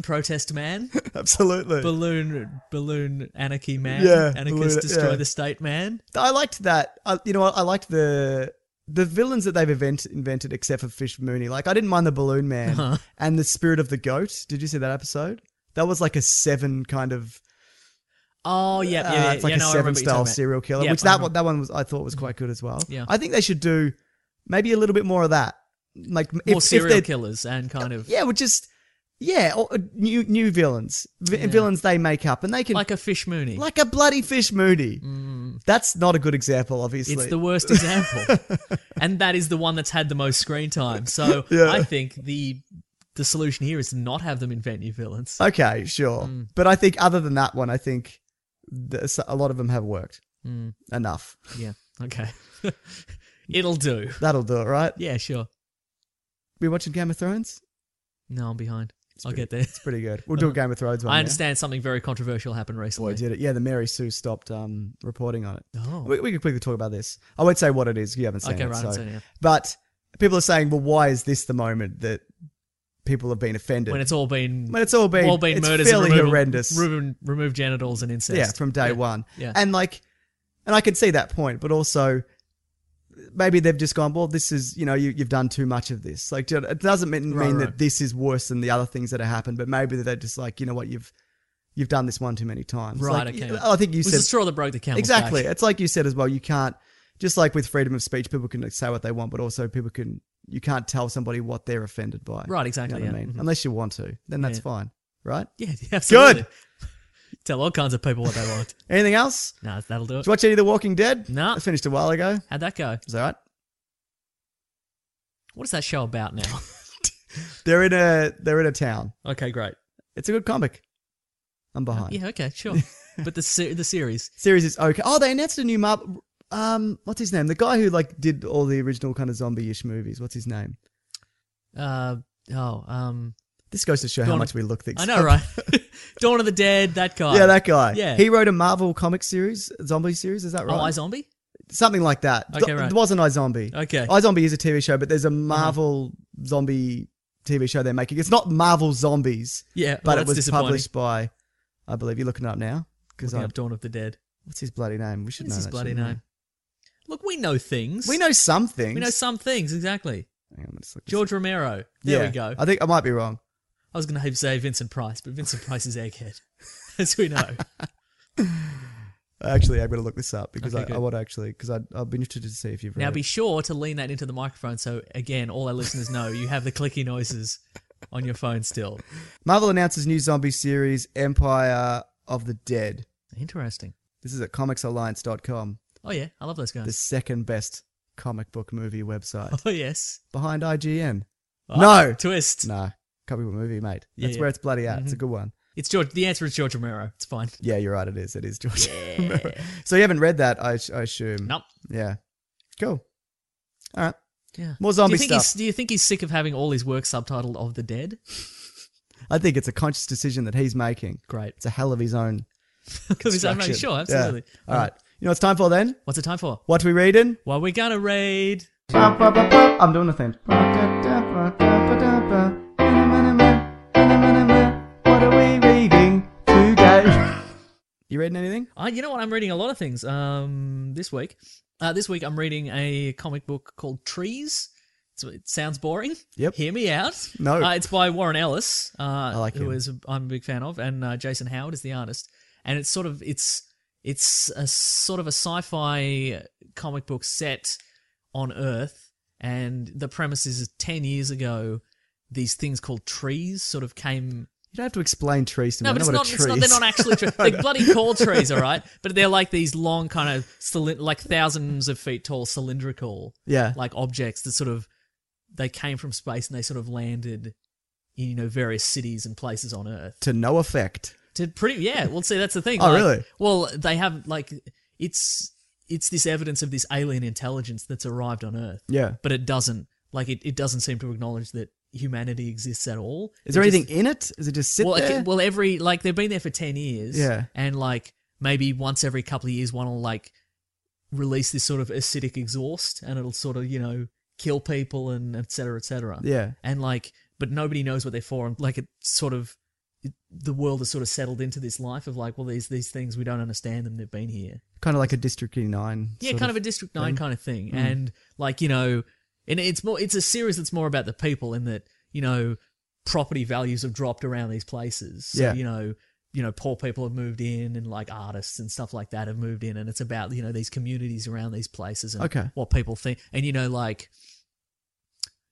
C: Protest Man,
B: Absolutely.
C: Balloon Balloon Anarchy Man,
B: Yeah,
C: Anarchist
B: balloon-
C: Destroy
B: yeah.
C: the State Man.
B: I liked that. I, you know, what? I liked the the villains that they've invent, invented, except for Fish Mooney. Like I didn't mind the Balloon Man
C: Uh-huh.
B: and the Spirit of the Goat. Did you see that episode? That was like a seven kind of.
C: Oh yeah, yeah,
B: Uh,
C: yeah
B: it's like
C: yeah,
B: a
C: no, I
B: seven
C: remember what you're talking
B: style
C: about.
B: serial killer,
C: Yep,
B: which
C: I
B: that
C: remember.
B: one, that one was I thought was quite good as well.
C: Yeah.
B: I think they should do maybe a little bit more of that, like
C: More
B: if, if
C: serial
B: they're
C: killers and kind of
B: yeah, well, just yeah, or, uh, new new villains, v- villains they make up, and they can
C: like a Fish Mooney.
B: like a bloody fish moody. That's not a good example, obviously.
C: it's the worst example, and that is the one that's had the most screen time. So I think the the solution here is to not have them invent new villains.
B: okay, sure,
C: Mm.
B: but I think other than that one, I think the, so- a lot of them have worked
C: Mm.
B: enough.
C: yeah, okay, it'll do.
B: That'll do it, right?
C: Yeah, sure.
B: We watching Game of Thrones?
C: No, I'm behind. I'll get there.
B: Pretty good. We'll do a Game of Thrones one.
C: Uh-huh. I
B: yeah?
C: understand something very controversial happened recently.
B: Boy, did it. Yeah, the Mary Sue stopped um, reporting on it.
C: Oh.
B: We, we could quickly talk about this. I won't say what it is. You haven't seen
C: Okay,
B: it.
C: right, I
B: so.
C: haven't seen it, yeah.
B: But people are saying, well, why is this the moment that people have been offended?
C: when it's all been
B: When it's all been-
C: all been
B: it's
C: murders and
B: fairly
C: removal-
B: horrendous.
C: remove, remove genitals and incest.
B: yeah, from day one.
C: yeah.
B: And like, and I can see that point, but also maybe they've just gone, well, this is, you know, you, you've done too much of this. Like, it doesn't mean,
C: Right,
B: mean
C: right.
B: that this is worse than the other things that have happened, but maybe they're just like, you know what, you've, you've done this one too many times.
C: Right,
B: Like, oh,
C: okay.
B: I think you
C: it was
B: said
C: the straw that broke the camel's
B: Exactly.
C: back.
B: It's like you said as well. You can't just like with freedom of speech, people can say what they want, but also people can you can't tell somebody what they're offended by.
C: Right, exactly,
B: You know what
C: yeah.
B: I mean?
C: Mhm.
B: Unless you want to, then that's fine. Right.
C: Yeah, yeah, absolutely. Tell all kinds of people what they want.
B: Anything else?
C: no, that'll do it.
B: Did you watch any of The Walking Dead?
C: Nah.
B: I finished a while ago.
C: How'd that go?
B: Is that right?
C: What is that show about now?
B: They're in a they're in a town.
C: okay, great.
B: It's a good comic. I'm behind.
C: Yeah, okay, sure. but the se- the series.
B: Series is okay. Oh, they announced a new Marvel. Um, what's his name? The guy who like did all the original kind of zombie-ish movies. What's his name?
C: Uh oh, um,
B: This goes to show how
C: Dawn-
B: much we look things.
C: I
B: up.
C: know, right? Dawn of the Dead. That guy.
B: Yeah, that guy.
C: Yeah.
B: He wrote a Marvel comic series, zombie series, is that right?
C: Oh, I Zombie.
B: Something like that.
C: Okay,
B: Th-
C: right.
B: It wasn't iZombie.
C: Okay. Uh-huh.
B: iZombie is a TV show, but there's a Marvel zombie TV show they're making. It's not Marvel Zombies,
C: Yeah, well,
B: but
C: Oh, that's
B: it was
C: disappointing.
B: published by, I believe you're looking it up now. Because
C: Looking up Dawn of the Dead.
B: what's his bloody name? We should
C: What's
B: know
C: his
B: that,
C: bloody
B: shouldn't we?
C: name? Look, we know things.
B: We know some things.
C: We know some things exactly.
B: Hang on, let's look this up.
C: George Romero. There
B: Yeah.
C: we go.
B: I think I might be wrong.
C: I was going to say Vincent Price, but Vincent Price is egghead, as we know.
B: Actually, I'm going to look this up because
C: Okay,
B: I, I
C: good.
B: want to actually because I'll be interested to see if you've read
C: Now
B: it.
C: be sure to lean that into the microphone so, again, all our listeners know you have the clicky noises on your phone still.
B: Marvel announces new zombie series Empire of the Dead.
C: Interesting.
B: This is at comicsalliance.com,
C: Oh, yeah. I love those guys.
B: the second best comic book movie website
C: Oh, yes.
B: behind IGN.
C: Oh,
B: No.
C: Twist.
B: Nah, comic book movie, mate.
C: Yeah,
B: That's
C: yeah. Mm-hmm.
B: where it's bloody at. It's a good one.
C: It's George. The answer is George Romero. It's fine.
B: Yeah, you're right. It is. It is George. Romero. so you haven't read that, I, I assume.
C: Nope.
B: Yeah. Cool. All right.
C: Yeah.
B: More zombie
C: do you
B: stuff.
C: think He's, do you think he's sick of having all his work subtitled of the dead?
B: I think it's a conscious decision that he's making.
C: Great.
B: It's a hell of his own.
C: Because I'm
B: construction.
C: not sure.
B: Yeah.
C: Absolutely.
B: All right. You know what it's time for then?
C: What's it time for?
B: What we reading?
C: Well, we're gonna raid.
B: I'm doing the thing. What are we reading today? You reading anything?
C: I, Uh, you know what? I'm reading a lot of things. Um, this week, uh, this week I'm reading a comic book called Trees. It's, it sounds boring.
B: Yep.
C: Hear me out.
B: No.
C: Uh, it's by Warren Ellis. Uh, I
B: like
C: who
B: him.
C: is I'm a big fan of, and uh, Jason Howard is the artist. And it's sort of it's it's a sort of a sci-fi comic book set on Earth, and the premise is ten years ago. These things called trees sort of came
B: You don't have to explain trees to me.
C: no,
B: I
C: but
B: know
C: it's
B: what
C: not,
B: a
C: it's
B: tree
C: not. They're not actually trees. They're bloody called trees, all right. But they're like these long, kind of cyli- like thousands of feet tall, cylindrical,
B: Yeah.
C: like objects that sort of they came from space and they sort of landed in you know various cities and places on Earth.
B: to no effect.
C: To pretty yeah. Well, see, that's the thing.
B: Oh,
C: like-
B: really?
C: Well, they have like it's it's this evidence of this alien intelligence that's arrived on Earth,
B: Yeah.
C: but it doesn't like it, it doesn't seem to acknowledge that humanity exists at all.
B: Is there
C: It just-
B: anything in it? Is it just sit
C: well,
B: there?
C: okay, well, every like they've been there for ten years,
B: Yeah.
C: and like maybe once every couple of years, one will like release this sort of acidic exhaust, and it'll sort of you know kill people and et cetera, et cetera.
B: Yeah.
C: and like, but nobody knows what they're for, and like it sort of it, the world has sort of settled into this life of like, well, these these things we don't understand them. They've been here,
B: kind of like a District Nine.
C: yeah,
B: sort Mm.
C: kind of, a District Nine kind of thing, and like you know, and it's more it's a series that's more about the people in that you know property values have dropped around these places. So,
B: Yeah.
C: you know, you know, poor people have moved in, and like artists and stuff like that have moved in, and it's about you know these communities around these places and
B: Okay.
C: what people think, and you know, like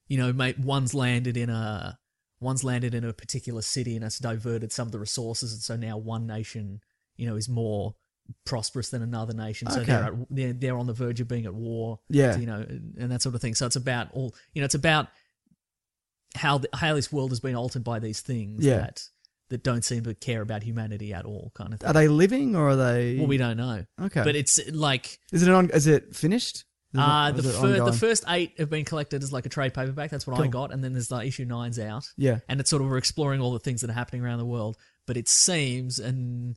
C: you know, mate, one's landed in a one's landed in a particular city and it's diverted some of the resources, and so now one nation, you know, is more prosperous than another nation. So they're,
B: Okay.
C: at, they're they're on the verge of being at war.
B: Yeah.
C: you know, and that sort of thing. So it's about all you know, it's about how the, how this world has been altered by these things
B: Yeah.
C: that that don't seem to care about humanity at all, kind of thing.
B: Are they living or are they?
C: well, we don't know,
B: Okay.
C: but it's like.
B: Is it an on? Is it finished? Is it-
C: Uh,
B: is
C: the,
B: it
C: fir- the
B: ongoing?
C: first eight have been collected as like a trade paperback. That's what I
B: Cool.
C: got, and then there's like issue nine's out.
B: Yeah.
C: and it's sort of we're exploring all the things that are happening around the world. But it seems and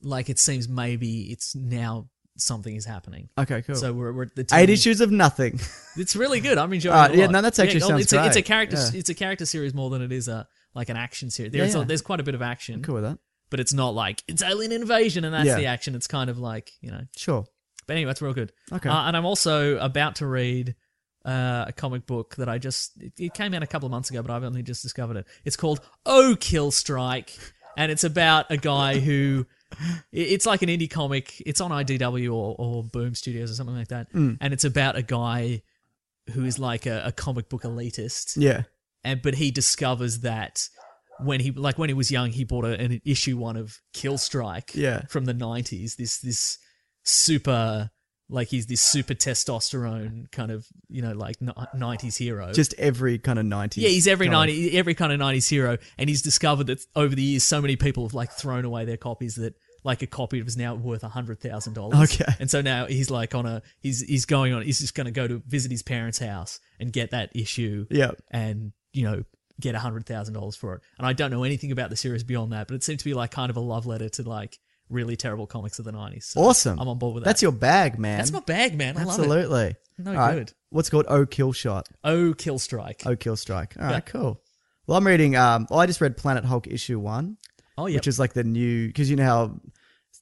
C: like it seems maybe it's now something is happening.
B: Okay. Cool.
C: So we're, we're at the
B: Eight
C: 10
B: issues of nothing.
C: It's really good. I'm enjoying.
B: Uh,
C: it a
B: yeah,
C: lot.
B: no, that's actually
C: no,
B: sounds
C: it's a, it's a
B: great.
C: character.
B: Yeah.
C: It's a character series more than it is a like an action series.
B: Yeah,
C: There's
B: yeah.
C: A, there's quite a bit of action,
B: cool with that.
C: but it's not like it's alien invasion and that's
B: Yeah.
C: the action. It's kind of like you know.
B: Sure.
C: But anyway, it's real good.
B: Okay.
C: Uh, and I'm also about to read uh, a comic book that I just it, it came out a couple of months ago, but I've only just discovered it. It's called Oh Kill Strike, and it's about a guy who i- it's like an indie comic. It's on IDW or, or Boom Studios or something like that, and it's about a guy who is like a, a comic book elitist,
B: Yeah.
C: and but he discovers that. When he like when he was young, he bought a, an issue one of Kill Strike
B: Yeah.
C: from the nineties. This this super like he's this super testosterone kind of you know like nineties hero.
B: Just every kind of ninety.
C: yeah, he's every ninety every kind of nineties hero, and he's discovered that over the years, so many people have like thrown away their copies that like a copy was now worth a hundred thousand dollars.
B: Okay.
C: and so now he's like on a he's he's going on he's just going to go to visit his parents' house and get that issue
B: Yeah.
C: and you know get a hundred thousand dollars for it. And I don't know anything about the series beyond that, but it seems to be like kind of a love letter to like really terrible comics of the nineties. So
B: Awesome.
C: I'm on board with that.
B: That's your bag, man.
C: that's my bag, man. I love it.
B: Absolutely.
C: No
B: All right.
C: good.
B: What's it called O Kill Shot.
C: Oh, Kill Strike.
B: O Kill Strike. All right.
C: Yeah.
B: Cool. Well, I'm reading. Um, well, I just read Planet Hulk issue one,
C: Oh, yeah.
B: which is like the new because you know how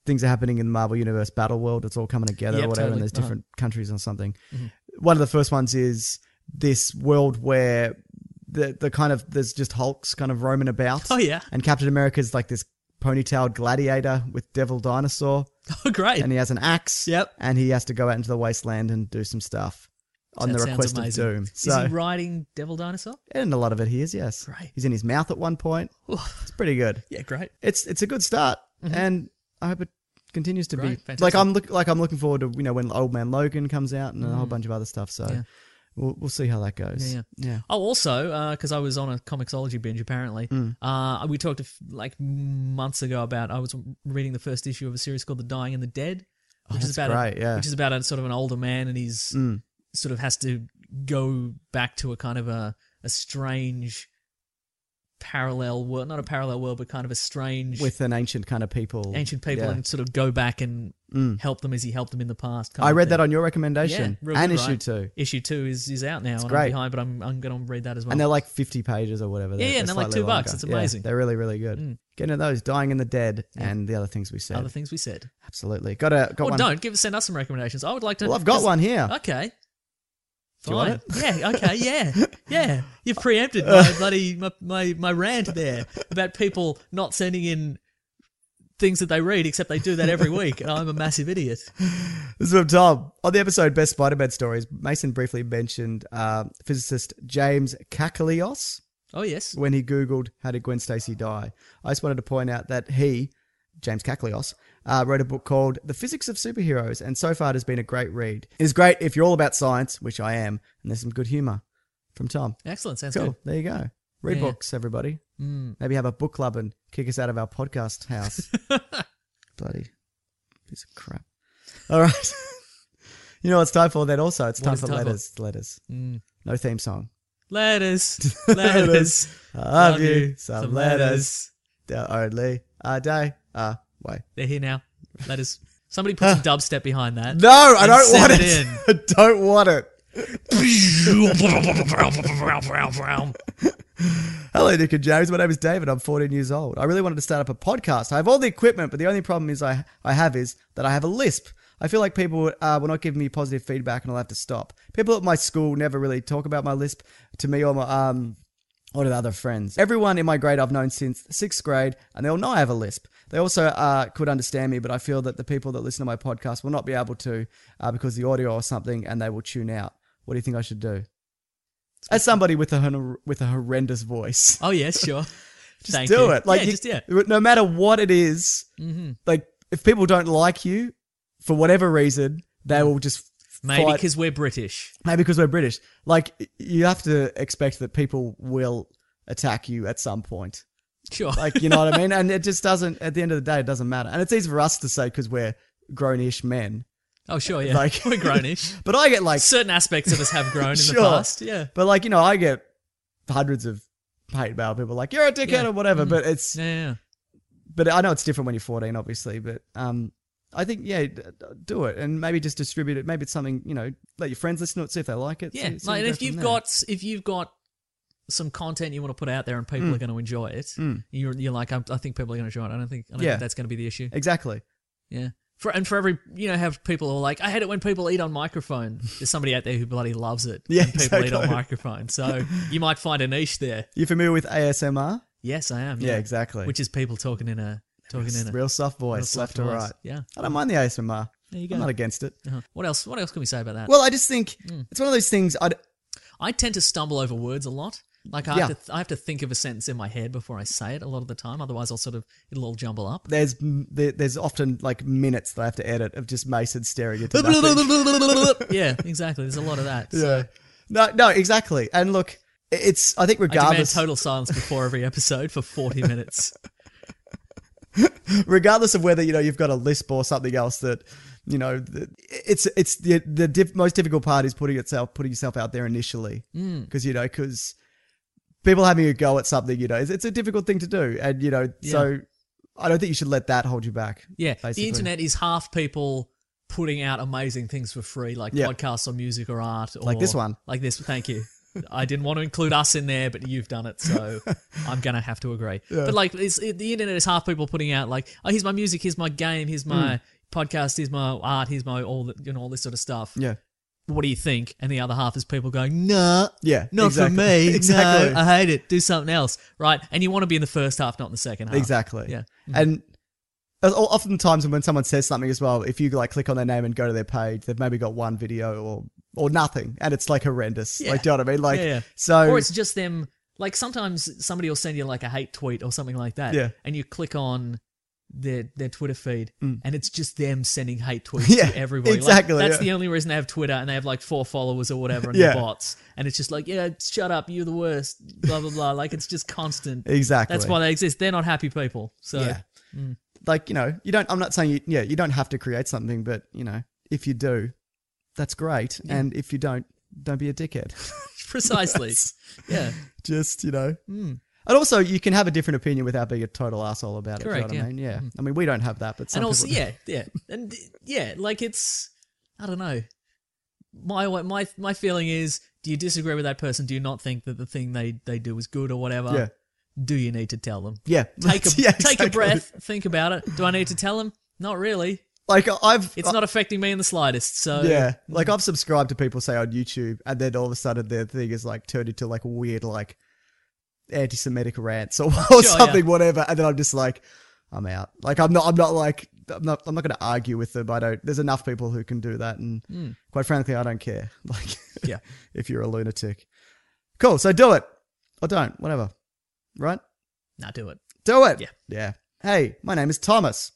B: things are happening in the Marvel Universe Battle World. It's all coming together
C: Yep,
B: or whatever,
C: totally.
B: and there's
C: Uh-huh. Mm-hmm.
B: different countries or something. One of the first ones is this world where the the kind of there's just Hulks kind of roaming about.
C: Oh, yeah.
B: and Captain America's like this ponytailed gladiator with devil dinosaur,
C: Oh, great.
B: and he has an axe.
C: Yep.
B: And he has to go out into the wasteland and do some stuff on
C: That
B: the
C: sounds
B: request
C: amazing.
B: of Doom.
C: Is
B: So,
C: he riding Devil Dinosaur?
B: and a lot of it he is, yes.
C: Great.
B: He's in his mouth at one point. It's pretty good.
C: Yeah, great.
B: It's it's a good start, and I hope it continues to be.
C: Right,
B: Like
C: Mm-hmm. fantastic.
B: I'm look like I'm looking forward to you know when Old Man Logan comes out and a whole bunch of other stuff. So. We'll, we'll see how that goes.
C: Mm. Yeah, Oh, also, because I was on a comiXology binge apparently,
B: Mm.
C: uh, we talked a f- like months ago about I was reading the first issue of a series called The Dying and the Dead, which is
B: Oh, that's
C: about a,
B: great, yeah. Mm.
C: which is about a sort of an older man and he's sort of has to go back to a kind of a a strange parallel world, not a parallel world, but kind of a strange
B: With an ancient kind of people.
C: ancient people
B: Yeah. Mm.
C: and sort of go back and help them as he helped them in the past. kind
B: I
C: of
B: read
C: thing.
B: that on your recommendation
C: real
B: and
C: good,
B: issue
C: right?
B: two.
C: Issue two is, is out now. and
B: great.
C: I'm behind, but I'm I'm gonna read that as well.
B: And they're like 50 pages or whatever.
C: Yeah, yeah, and they're like
B: slightly
C: two bucks. It's amazing. Mm.
B: they're really, really good. Get into those, Dying in the Dead and the other things we said.
C: other things we said.
B: Absolutely. Got a, got
C: Or
B: one.
C: don't Oh, give send us some recommendations. I would like to.
B: Well, I've got
C: 'cause-
B: one here.
C: Okay. Fine.
B: you want
C: Yeah. Okay. Yeah. Yeah. You've preempted my bloody my, my my rant there about people not sending in things that they read, except they do that every week, and I'm a massive idiot.
B: This is from Tom. On the episode Best Spider Man Stories, Mason briefly mentioned uh, physicist James Kakalios
C: Oh yes.
B: when he Googled how did Gwen Stacy die. I just wanted to point out that he, James Kakalios, uh, wrote a book called The Physics of Superheroes, and so far it has been a great read. It is great if you're all about science, which I am, and there's some good humor from Tom.
C: Excellent. Sounds
B: cool.
C: good.
B: There you go. Read
C: Yeah. Mm.
B: books, everybody. Maybe have a book club and kick us out of our podcast house. Bloody piece of crap. All right. you know what it's time for then also? It's
C: What
B: time
C: is
B: for
C: it time for? Mm.
B: letters. Letters. No theme song.
C: Letters. Letters.
B: I love you. Some, letters. The only a day uh, away.
C: They're here now. Letters. Somebody put some dubstep behind that.
B: No, I
C: And
B: don't
C: send
B: want it.
C: it
B: I don't want it. Hello, Nick and James. My name is David. I'm 14 years old. I really wanted to start up a podcast. I have all the equipment, but the only problem is I, I have is that I have a lisp. I feel like people uh, will not give me positive feedback, and I'll have to stop. People at my school never really talk about my lisp to me or my um or to the other friends. Everyone in my grade I've known since sixth grade, and they all know I have a lisp. They also uh, could understand me, but I feel that the people that listen to my podcast will not be able to uh, because the audio or something, and they will tune out. What do you think I should do? As somebody with a hor- with a horrendous voice,
C: Oh yes, sure.
B: just
C: Thank
B: do
C: you.
B: it. Like
C: yeah,
B: you-
C: just yeah. Mm-hmm.
B: no matter what it is, like if people don't like you for whatever reason,
C: Mm-hmm.
B: they will just
C: Maybe
B: fight-
C: because we're British.
B: Maybe because we're British. Like y- you have to expect that people will attack you at some point.
C: Sure.
B: Like you know what I mean? And it just doesn't. At the end of the day, it doesn't matter. And it's easy for us to say because we're grown-ish men.
C: oh sure, yeah.
B: like-
C: we're grownish.
B: But I get like
C: Certain aspects of us have grown in
B: sure,
C: the past. Yeah.
B: But like you know, I get hundreds of hate mail. People like you're a dickhead
C: Yeah. Mm-hmm.
B: or whatever. But it's
C: Yeah, yeah.
B: but I know it's different when you're 14, obviously. But um, I think yeah, d- d- do it and maybe just distribute it. Maybe it's something you know, let your friends listen to it, see if they like it.
C: Yeah.
B: see- see
C: like,
B: where
C: and
B: you go from
C: if you've
B: there.
C: got if you've got some content you want to put out there and
B: Hmm.
C: people are going to enjoy it, you're you're like I'm, I think people are going to enjoy it. I don't think I don't
B: Yeah.
C: think that's going to be the issue.
B: exactly.
C: Yeah. For and for every you know have people who are like I hate it when people eat on microphone. There's somebody out there who bloody loves it.
B: Yeah,
C: when people eat on
B: exactly.
C: microphone. So you might find a niche there.
B: You familiar with ASMR?
C: Yes, I am.
B: Yeah,
C: Yeah,
B: exactly.
C: Which is people talking in a talking in a
B: real soft voice,
C: real soft
B: left to
C: voice.
B: right.
C: Yeah.
B: I don't mind the ASMR. There
C: you go.
B: I'm not against it.
C: Uh-huh. Hmm. What else? What else can we say about that?
B: Well, I just think it's one of those things. I
C: I tend to stumble over words a lot. Like I,
B: Yeah.
C: have to, I have to think of a sentence in my head before I say it a lot of the time. Otherwise, I'll sort of it'll all jumble up.
B: there's there, there's often like minutes that I have to edit of just Mason staring at.
C: yeah, exactly. There's a lot of that. So
B: yeah. No, no, exactly. And look, it's I think
C: I demand
B: regardless
C: total silence before every episode for 40 minutes.
B: regardless of whether you know you've got a lisp or something else that you know th- it's it's the the diff, most difficult part is putting itself putting yourself out there initially
C: Hmm.
B: because you know because people having a go at something you know it's, it's a difficult thing to do and you know so I don't think you should let that hold you back.
C: Yeah,
B: basically.
C: the internet is half people putting out amazing things for free, like
B: Yeah.
C: podcasts or music or art, or
B: Like this one.
C: Like this. Thank you. I didn't want to include us in there, but you've done it, so I'm gonna have to agree. But like, it's, it, the internet is half people putting out like, oh, here's my music, here's my game, here's my podcast, here's my art, here's my all, the, you know, all this sort of stuff.
B: Hmm. Yeah.
C: what do you think? And the other half is people going, nah,
B: Yeah,
C: not
B: exactly.
C: for me.
B: Exactly.
C: No, I hate it. Do something else, right? And you want to be in the first half, not in the second half.
B: Exactly.
C: Ah,
B: Mm-hmm.
C: Yeah.
B: And as- o- oftentimes when someone says something as well, if you like click on their name and go to their page, they've maybe got one video or or nothing, and it's like horrendous.
C: Yeah.
B: Like, do you know what I mean? Like,
C: Yeah, yeah.
B: so
C: or it's just them. Like sometimes somebody will send you like a hate tweet or something like that.
B: Yeah.
C: And you click on their their Twitter feed, and it's just them sending hate tweets
B: Mm. Yeah,
C: to everybody. Like,
B: exactly,
C: that's
B: yeah.
C: the only reason they have Twitter, and they have like four followers or whatever, and
B: Yeah.
C: they're bots. And it's just like, yeah, shut up, you're the worst. Blah blah blah. Like it's just constant.
B: exactly.
C: That's why they exist. They're not happy people. So
B: Yeah. Like, you know, you don't. I'm not saying you. Yeah, you don't have to create something, but you know, if you do, that's great. And if you don't, don't be a dickhead.
C: precisely. yeah.
B: just you know.
C: Hmm.
B: And also, you can have a different opinion without being a total asshole about it.
C: Correct,
B: you know what
C: yeah. Hmm.
B: I mean? Yeah. I mean, we don't have that, but some
C: and also
B: people-
C: yeah yeah and yeah like it's i don't know my wa- my my feeling is do you disagree with that person do you not think that the thing they they do is good or whatever
B: Yeah.
C: do you need to tell them
B: Yeah.
C: take a
B: Yeah,
C: take
B: exactly.
C: a breath think about it do i need to tell them not really
B: Like I've
C: it's not affecting me in the slightest so
B: Oh.
C: mm.
B: Yeah, like I've subscribed to people say on YouTube, and then all of a sudden their thing is like turned into like weird like anti-Semitic rants or, or
C: yeah.
B: something, whatever. And then I'm just like, I'm out. Like I'm not. I'm not like. I'm not. I'm not going to argue with them. I don't. There's enough people who can do that, and quite frankly, I don't care. Like,
C: Mm. Yeah.
B: if you're a lunatic, cool. So do it or don't, whatever. Right?
C: now do it
B: Do it.
C: Yeah.
B: Yeah. Hey, my name is Thomas.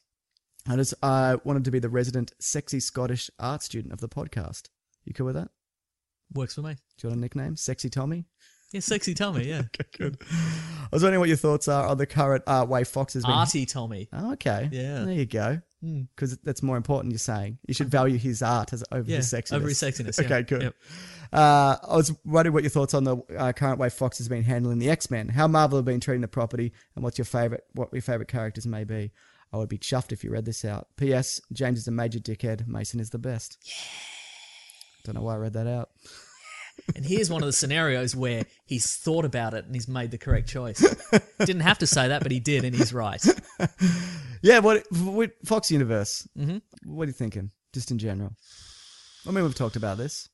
B: I just I wanted to be the resident sexy Scottish art student of the podcast. You cool with that?
C: works for me
B: Do you want a nickname? Sexy Tommy?
C: yeah sexy tommy yeah
B: Okay, good. I was wondering what your thoughts are on the current uh, way Fox has been.
C: arty tommy
B: Oh, okay.
C: Yeah. Hmm.
B: There you go. Because that's more important, you're saying. You should value his art as over
C: yeah
B: his sexiness.
C: over his sexiness yeah.
B: Okay, good.
C: Yep.
B: Uh, I was wondering what your thoughts on the uh, current way Fox has been handling the X Men. How Marvel have been treating the property, and what's your favorite? What your favorite characters may be. I would be chuffed if you read this out. P.S. James is a major dickhead. Mason is the best. Don't know why I read that out.
C: And here's one of the scenarios where he's thought about it and he's made the correct choice. Didn't have to say that, but he did, and he's right.
B: Yeah, what, what Fox Universe? Mm-hmm. What are you thinking, just in general? I mean, we've talked about this.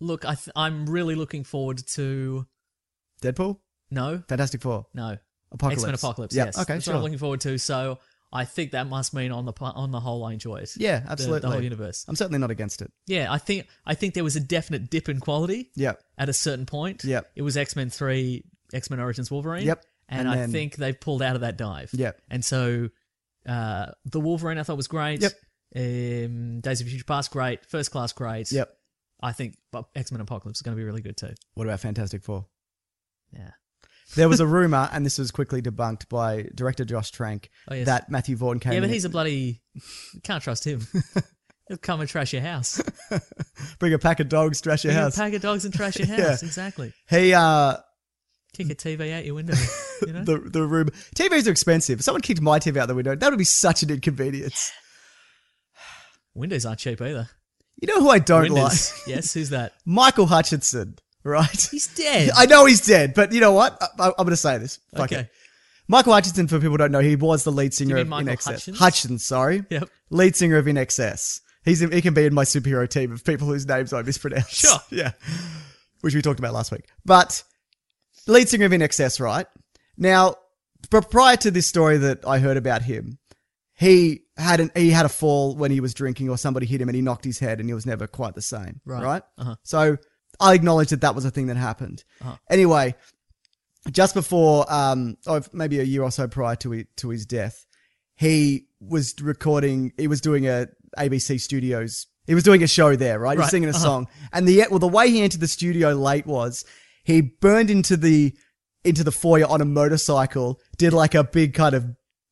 C: Look, I th- I'm really looking forward to
B: Deadpool,
C: no,
B: Fantastic Four,
C: no
B: Apocalypse,
C: X Men Apocalypse.
B: Yeah,
C: Yes,
B: okay,
C: that's
B: sure.
C: what I'm looking forward to. So I think that must mean on the pl- on the whole, I enjoy it.
B: yeah,
C: The-
B: absolutely.
C: the, whole universe.
B: I'm certainly not against it.
C: Yeah, I think I think there was a definite dip in quality
B: Yeah,
C: at a certain point.
B: Yep.
C: it was X Men Three, X Men Origins Wolverine.
B: Yep,
C: and,
B: and
C: I
B: then-
C: think they've pulled out of that dive.
B: Yep.
C: and so uh, the Wolverine I thought was great.
B: Yep.
C: Um, Days of Future Past, great. First Class, great.
B: yep.
C: I think X Men Apocalypse is going to be really good too.
B: What about Fantastic Four?
C: Yeah.
B: There was a rumor, and this was quickly debunked by director Josh Trank,
C: Oh, yes.
B: that Matthew Vaughn came.
C: yeah, but
B: in-
C: he's a bloody. you can't trust him. He'll come and trash your house.
B: bring a pack of dogs, trash your
C: Bring a
B: house.
C: pack of dogs and trash your house.
B: Yeah.
C: Exactly.
B: He uh,
C: Kick a TV out your window. You know.
B: the the room TVs are expensive. If someone kicked my TV out the window, that would be such an inconvenience.
C: Windows aren't cheap either.
B: You know who I don't
C: Windows.
B: like?
C: yes. Who's that?
B: Michael Hutchinson, right?
C: He's dead.
B: I know he's dead, but you know what? I, I, am going to say this. Fuck
C: okay.
B: it. Michael Hutchinson, for people who don't know, he was the lead singer
C: mean
B: of
C: Michael
B: In Excess.
C: Hutchins?
B: Hutchins, sorry.
C: Yep.
B: Lead singer of In Excess. He's in, he can be in my superhero team of people whose names I mispronounce.
C: Sure.
B: yeah. Which we talked about last week. But lead singer of In Excess, right? Now, pr- prior to this story that I heard about him, he had an he had a fall when he was drinking, or somebody hit him and he knocked his head, and he was never quite the same. Right. So I acknowledge that that was a thing that happened. Anyway, just before, um, or maybe a year or so prior to his, to his death, he was recording. He was doing a ABC Studios. He was doing a show there, right? He was
C: Right,
B: singing a song, and the well, the way he entered the studio late was he burned into the into the foyer on a motorcycle, did like a big kind of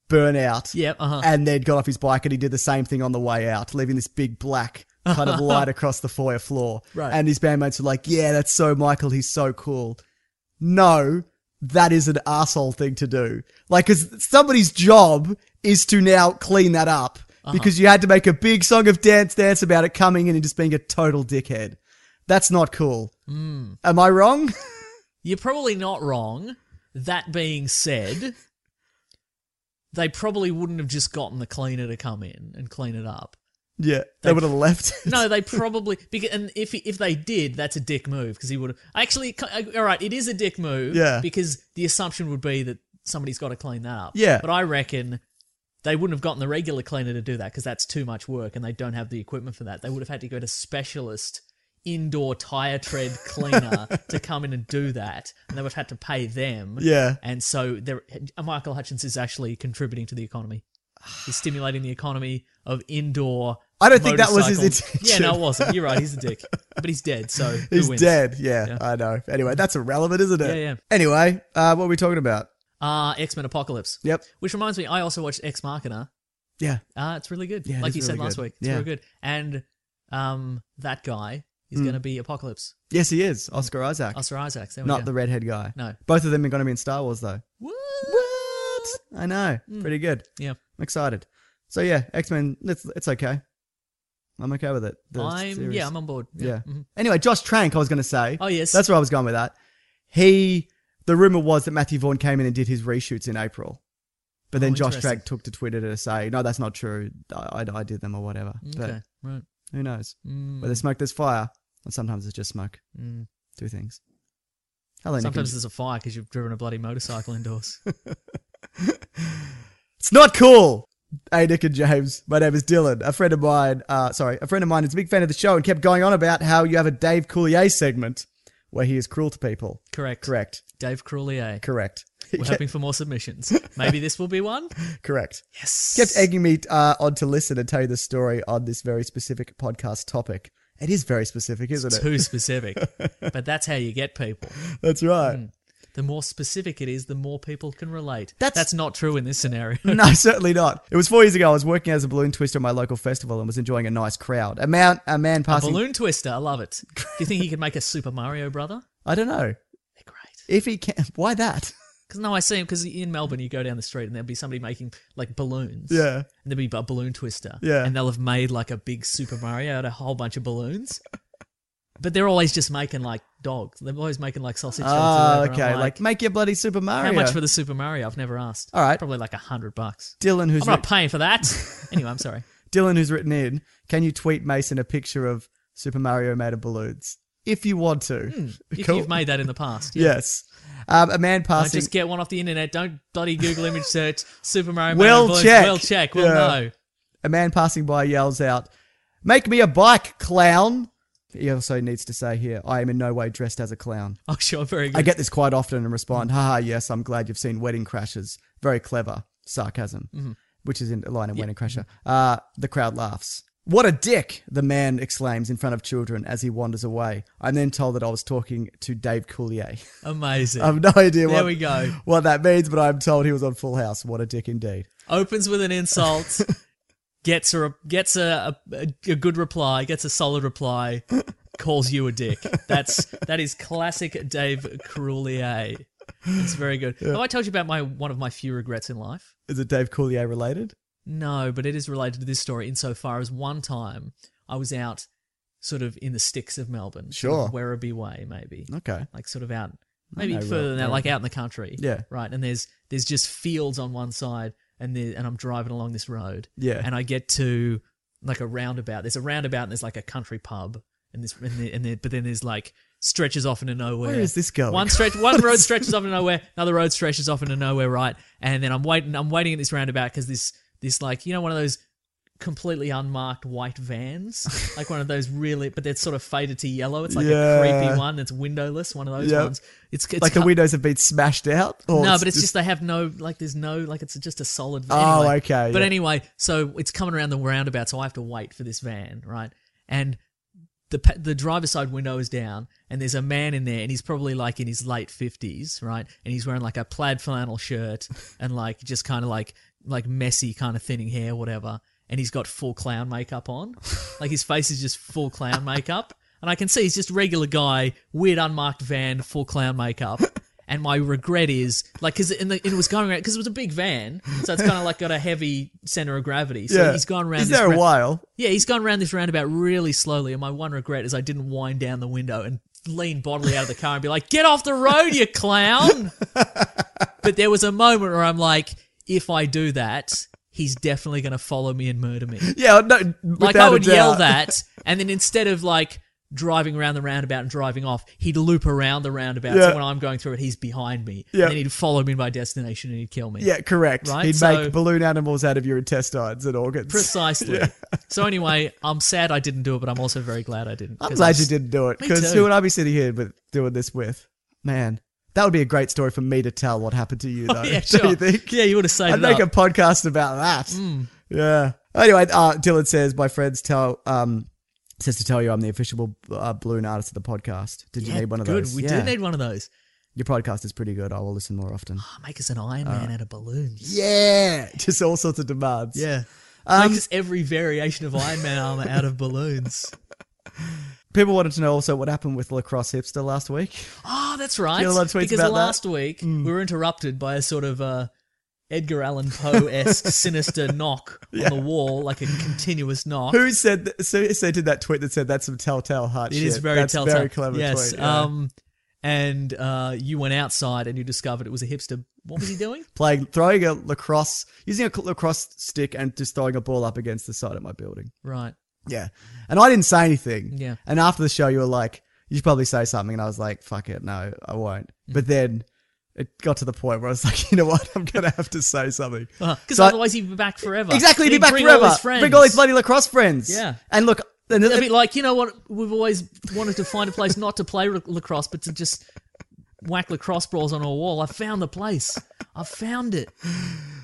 B: burnout,
C: Yep, uh-huh.
B: and then got off his bike and he did the same thing on the way out, leaving this big black kind of light across the foyer floor.
C: Right.
B: And his bandmates were like, "Yeah, that's so Michael. He's so cool." No, that is an asshole thing to do. Like, because somebody's job is to now clean that up
C: Uh-huh.
B: because you had to make a big song of dance dance about it coming in and just being a total dickhead. That's not cool.
C: Hmm.
B: Am I wrong?
C: You're probably not wrong. That being said, they probably wouldn't have just gotten the cleaner to come in and clean it up.
B: Yeah, they would have left.
C: No, they probably because, and if he- if they did, that's a dick move because he would have actually. c- All right, it is a dick move.
B: Yeah.
C: because the assumption would be that somebody's got to clean that up.
B: Yeah.
C: but I reckon they wouldn't have gotten the regular cleaner to do that because that's too much work and they don't have the equipment for that. They would have had to go to specialist indoor tire tread cleaner to come in and do that, and they would have had to pay them.
B: Yeah.
C: and so there, Michael Hutchins is actually contributing to the economy. He's stimulating the economy of indoor.
B: I don't think that was his
C: motorcycle-
B: intention.
C: Yeah, no, it wasn't. You're right. He's a dick, but he's dead. So who
B: He's
C: wins?
B: dead. Yeah, I know. Anyway, that's irrelevant, isn't it?
C: Yeah, yeah.
B: Anyway, uh, what are we talking about?
C: Uh, X Men Apocalypse.
B: Yep.
C: Which reminds me, I also watched Ex Machina.
B: Yeah.
C: Uh, it's really good.
B: Yeah, it
C: like
B: is
C: you said
B: really
C: last
B: good.
C: week, it's
B: Yeah.
C: real good. And um, that guy is going to be Apocalypse.
B: Yes, he is Oscar Isaac,
C: Mm. Oscar Isaac. There we
B: Hmm. not
C: go.
B: the redhead guy.
C: No.
B: both of them are going to be in Star Wars though.
C: What?
B: I know.
C: Mm.
B: Pretty good.
C: Yeah.
B: I'm excited. So yeah, X Men. It's it's okay. I'm okay with it. The
C: I'm
B: series.
C: yeah, I'm on board.
B: Yeah.
C: Mhm.
B: Anyway, Josh Trank, I was going to say.
C: Oh, yes.
B: That's where I was going with that. He, the rumor was that Matthew Vaughn came in and did his reshoots in April. But then
C: Oh,
B: Josh
C: interesting.
B: Trank took to Twitter to say, no, that's not true. I, I, I did them or whatever.
C: Okay.
B: But
C: Right.
B: who knows?
C: Mm.
B: Where there's smoke, there's fire. And sometimes it's just smoke.
C: Mm.
B: Two things. Hello,
C: Sometimes
B: Sometimes
C: there's a fire because you've driven a bloody motorcycle indoors.
B: It's not cool. Hey, Nick and James. My name is Dylan. A friend of mine, uh, sorry, a friend of mine is a big fan of the show and kept going on about how you have a Dave Coulier segment where he is cruel to people.
C: Correct.
B: Correct.
C: Dave Crulier.
B: Correct.
C: We're hoping for more submissions. Maybe this will be one.
B: Correct.
C: Yes.
B: Kept egging me uh, on to listen and tell you the story on this very specific podcast topic. It is very specific, isn't it?
C: Too specific. but that's how you get people.
B: That's right.
C: The more specific it is, the more people can relate.
B: That's-
C: That's, not true in this scenario.
B: No, certainly not. It was four years ago. I was working as a balloon twister at my local festival and was enjoying a nice crowd. A man, a man
C: A
B: passing.
C: balloon twister, I love it. Do you think he could make a Super Mario brother?
B: I don't know
C: They're great.
B: if he can. Why that?
C: Because no, I see him. Because in Melbourne, you go down the street and there'll be somebody making like balloons.
B: Yeah.
C: And there'll be a balloon twister.
B: Yeah.
C: And they'll have made like a big Super Mario out of a whole bunch of balloons. but they're always just making like dogs. They're always making like sausage.
B: Oh,
C: dogs or whatever, and
B: okay.
C: I'm
B: Like, make your bloody Super
C: how
B: Mario.
C: much for the Super Mario? I've never asked.
B: All right.
C: Probably like a hundred bucks.
B: Dylan, who's
C: I'm not
B: writ-
C: paying for that. anyway, I'm sorry.
B: Dylan, who's written in? Can you tweet Mason a picture of Super Mario made of balloons if you want to?
C: If you've made that in the past, yeah.
B: yes. Um, a man
C: Don't
B: passing.
C: just get one off the internet. Don't bloody Google image search Super Mario.
B: We'll
C: Man
B: check.
C: We'll check. We'll
B: Yeah.
C: know.
B: A man passing by yells out, Make me a bike, clown. He also needs to say here, I am in no way dressed as a clown.
C: Oh, sure. Very good.
B: I get this quite often and respond, Haha, yes, I'm glad you've seen Wedding Crashes. Very clever. Sarcasm,
C: Mm-hmm.
B: which is in a line in Wedding Crasher. Uh, the crowd laughs. What a dick, the man exclaims in front of children as he wanders away. I'm then told that I was talking to Dave Coulier.
C: Amazing.
B: I have no idea
C: There
B: what,
C: we go.
B: what that means, but I'm told he was on Full House. What a dick indeed.
C: opens with an insult, gets a gets a, a a good reply, gets a solid reply, calls you a dick. That's that is classic Dave Crulier. It's very good. Have I told you about my one of my few regrets in life?
B: Is it Dave Coulier related?
C: No, but it is related to this story insofar as one time I was out sort of in the sticks of Melbourne. Sort of
B: Sure.
C: Werribee Way, maybe
B: Okay.
C: like sort of out maybe
B: know
C: further
B: where-
C: than that
B: where-
C: like out in the country
B: Yeah.
C: right and there's there's just fields on one side and there and i'm driving along this road
B: Yeah.
C: and i get to like a roundabout there's a roundabout and there's like a country pub and this and, there, and there, but then there's like stretches off into nowhere
B: Where is this going?
C: one stretch one road stretches off into nowhere another road stretches off into nowhere right and then i'm waiting i'm waiting at this roundabout because this this like you know one of those completely unmarked white vans, like one of those really, but they're sort of faded to yellow. It's like
B: Yeah.
C: a creepy one that's windowless, one of those
B: Yep.
C: ones. It's, it's
B: like the
C: cut-
B: windows have been smashed out? Or
C: No, but it's just, they have no like. There's no like. It's just a solid.
B: Oh,
C: anyway.
B: okay,
C: But
B: yeah.
C: anyway, so it's coming around the roundabout, so I have to wait for this van, right? And the pa- the driver's side window is down, and there's a man in there, and he's probably like in his late fifties, right? And he's wearing like a plaid flannel shirt and like just kind of like like messy kind of thinning hair, whatever. And he's got full clown makeup on, like his face is just full clown makeup, and I can see he's just regular guy, weird unmarked van, full clown makeup. And my regret is like because in the it was going around because it was a big van, so it's kind of like got a heavy center of gravity. So he's gone around.
B: He's
C: this
B: there a
C: ra-
B: while.
C: yeah, he's gone around this roundabout really slowly, and my one regret is I didn't wind down the window and lean bodily out of the car and be like, "Get off the road, you clown!" but there was a moment where I'm like, "If I do that, he's definitely going to follow me and murder me.
B: Yeah, no,
C: Like
B: without
C: I
B: a
C: would yell
B: doubt.
C: that, and then instead of like driving around the roundabout and driving off, he'd loop around the roundabout.
B: Yeah.
C: So when I'm going through it, he's behind me.
B: Yeah.
C: And then he'd follow me to my destination and he'd kill me.
B: Yeah, correct.
C: Right,
B: He'd
C: so-
B: make balloon animals out of your intestines and organs.
C: Precisely. So anyway, I'm sad I didn't do it, but I'm also very glad I didn't.
B: I'm
C: 'cause
B: glad
C: I
B: you
C: was-
B: didn't do it
C: Me
B: because
C: too.
B: who would I be sitting here with doing this with? Man, that would be a great story for me to tell what happened to you, though.
C: Oh, Yeah,
B: do
C: sure. Hmm.
B: you think?
C: Yeah, you would have saved
B: I'd
C: it
B: make
C: up.
B: a podcast about that. Yeah. Anyway, uh, Dylan says, "My friends tell um says to tell you I'm the official uh, balloon artist of the podcast. Did you
C: Yeah,
B: need one of
C: good.
B: those?
C: We
B: Yeah.
C: do need one of those.
B: Your podcast is pretty good. I will listen more often.
C: Oh, make us an Iron Man out of balloons.
B: Uh, yeah, just all sorts of demands.
C: Yeah.
B: Um,
C: make us every variation of Iron Man armor out of balloons.
B: People wanted to know also what happened with lacrosse hipster last week.
C: Oh, that's right.
B: Get a lot of tweets
C: because
B: about that. Mm.
C: last week we were interrupted by a sort of uh, Edgar Allan Poe esque sinister knock on the wall, like a continuous knock.
B: Who said th- so? So did that tweet that said that's some telltale heart.
C: It
B: shit.
C: is very
B: that's
C: telltale.
B: Very clever
C: yes.
B: tweet. yeah.
C: Um, and uh, you went outside and you discovered it was a hipster. What was he doing?
B: Playing, throwing a lacrosse, using a cl- lacrosse stick, and just throwing a ball up against the side of my building.
C: right.
B: Yeah. And I didn't say anything.
C: Yeah.
B: And after the show, you were like, you should probably say something. And I was like, fuck it. No, I won't.
C: Mm.
B: But then it got to the point where I was like, you know what? I'm going to have to say something.
C: Because
B: Uh-huh. So I-
C: otherwise he'd be back forever.
B: exactly.
C: He'd
B: be back
C: bring
B: forever.
C: All his friends.
B: Bring all his bloody lacrosse friends.
C: Yeah.
B: And look, and
C: They'd be like, you know what? We've always wanted to find a place not to play la- lacrosse, but to just whack lacrosse balls on our wall. I found the place. I found it.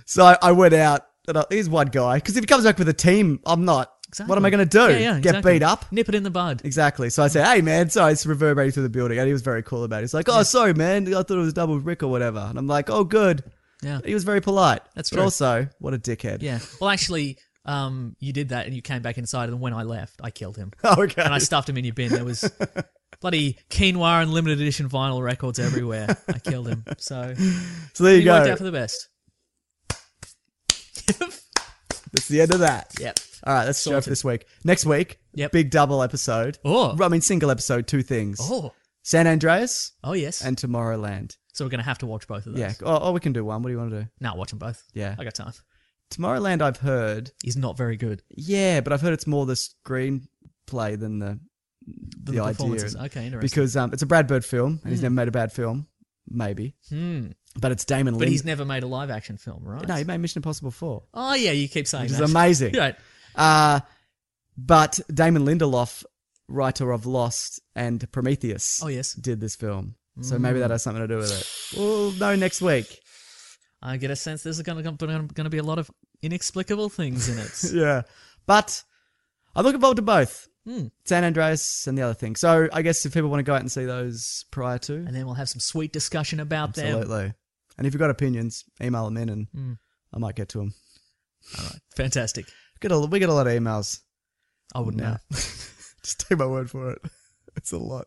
B: so I, I went out. And I, here's one guy. Because if he comes back with a team, I'm not.
C: Exactly.
B: What am I going to do?
C: Yeah, yeah,
B: Get
C: exactly.
B: beat up?
C: Nip it in the bud.
B: Exactly. So I said, "Hey, man." So it's reverberating through the building, and he was very cool about it. He's like, "Oh, sorry, man. I thought it was double Rick or whatever." And I'm like, "Oh, good."
C: Yeah.
B: He was very polite.
C: That's
B: but
C: true.
B: also, what a dickhead.
C: Yeah. Well, actually, um, you did that and you came back inside, and when I left, I killed him.
B: Okay.
C: And I stuffed him in your bin. There was bloody quinoa and limited edition vinyl records everywhere. I killed him. So
B: so there you
C: he worked
B: go.
C: out for the best.
B: That's the end of that.
C: Yep.
B: All right. That's the show for this week. Next week,
C: Yep.
B: big double episode.
C: Oh.
B: I mean, single episode. Two things.
C: Oh.
B: San Andreas
C: Oh yes.
B: and Tomorrowland.
C: so we're gonna have to watch both of those.
B: Yeah. Oh, oh, we can do one. What do you want to do?
C: Now watch them both.
B: Yeah.
C: I got time.
B: Tomorrowland. I've heard.
C: He's not very good.
B: Yeah, but I've heard it's more the screenplay than the the,
C: the
B: idea.
C: performances. Okay, interesting.
B: Because um, it's a Brad Bird film, and he's never made a bad film, maybe.
C: Hmm.
B: But it's Damon.
C: But he's never made a live action film, right?
B: No, he made Mission Impossible four,
C: Oh yeah, you keep saying
B: which
C: that.
B: is amazing.
C: Right.
B: Uh, but Damon Lindelof, writer of Lost and Prometheus,
C: Oh, yes. Hmm.
B: did this film. So maybe that has something to do with it. We'll know next week.
C: I get a sense there's gonna gonna gonna be a lot of inexplicable things in it.
B: Yeah. But I'm looking forward to both
C: Hmm.
B: San Andreas and the other thing. So I guess if people want to go out and see those prior to,
C: and then we'll have some sweet discussion about them.
B: absolutely. And if you've got opinions, email them in and
C: Hmm.
B: I might get to them.
C: Fantastic.
B: Get a, we get a lot of emails.
C: I wouldn't
B: No.
C: know.
B: Just take my word for it. It's a lot.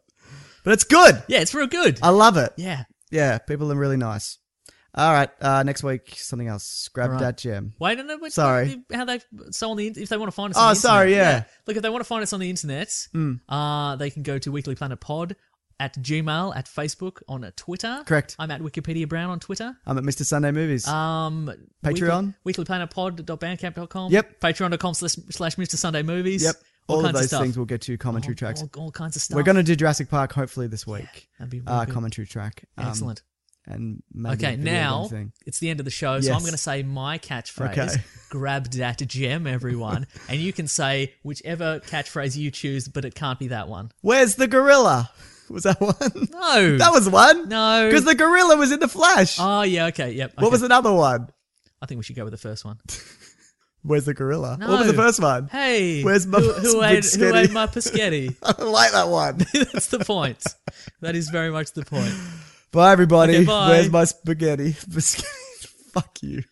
B: But it's good.
C: Yeah, it's real good.
B: I love it.
C: yeah.
B: Yeah, people are really nice. All right, uh, next week something else. Grab
C: All right.
B: that gem.
C: Wait, no, no, wait,
B: Sorry.
C: How they so on the in- if they want to find us?
B: Oh,
C: on the
B: sorry,
C: internet,
B: yeah. Hmm.
C: Look, if they want to find us on the internet, uh, they can go to Weekly Planet Pod at Gmail, at Facebook, on uh, Twitter.
B: Correct.
C: I'm at Wikipedia Brown on Twitter.
B: I'm at Mr. Sunday Movies.
C: Um,
B: Patreon?
C: Weekly, weeklyplanetpod.bandcamp.com.
B: Yep.
C: Patreon.com slash, slash Mr. Sunday Movies.
B: yep, all, of
C: kinds
B: those
C: stuff.
B: things will get you
C: all,
B: commentary tracks.
C: All, all kinds of stuff.
B: We're going to do Jurassic Park hopefully this week.
C: That'd be really
B: uh,
C: good.
B: commentary track. um,
C: Excellent.
B: And maybe a video
C: Okay,
B: game
C: now
B: thing.
C: it's the end of the show, so
B: Yes.
C: I'm going to say my catchphrase.
B: Okay.
C: Grab that gem, everyone, and you can say whichever catchphrase you choose, but it can't be that one.
B: Where's the gorilla? Was that one?
C: No,
B: that was one.
C: No.
B: because the gorilla was in the Flash.
C: Oh yeah, okay, yep.
B: What
C: okay.
B: was another one?
C: I think we should go with the first one.
B: Where's the gorilla?
C: No.
B: What was the first one?
C: Hey,
B: Where's my
C: who, who, ate, who
B: biscotti?
C: ate my paschetti?
B: I don't like that one.
C: That's the point. That is very much the point.
B: Bye, everybody.
C: Okay, bye.
B: Where's my spaghetti? Biscuit. Fuck you.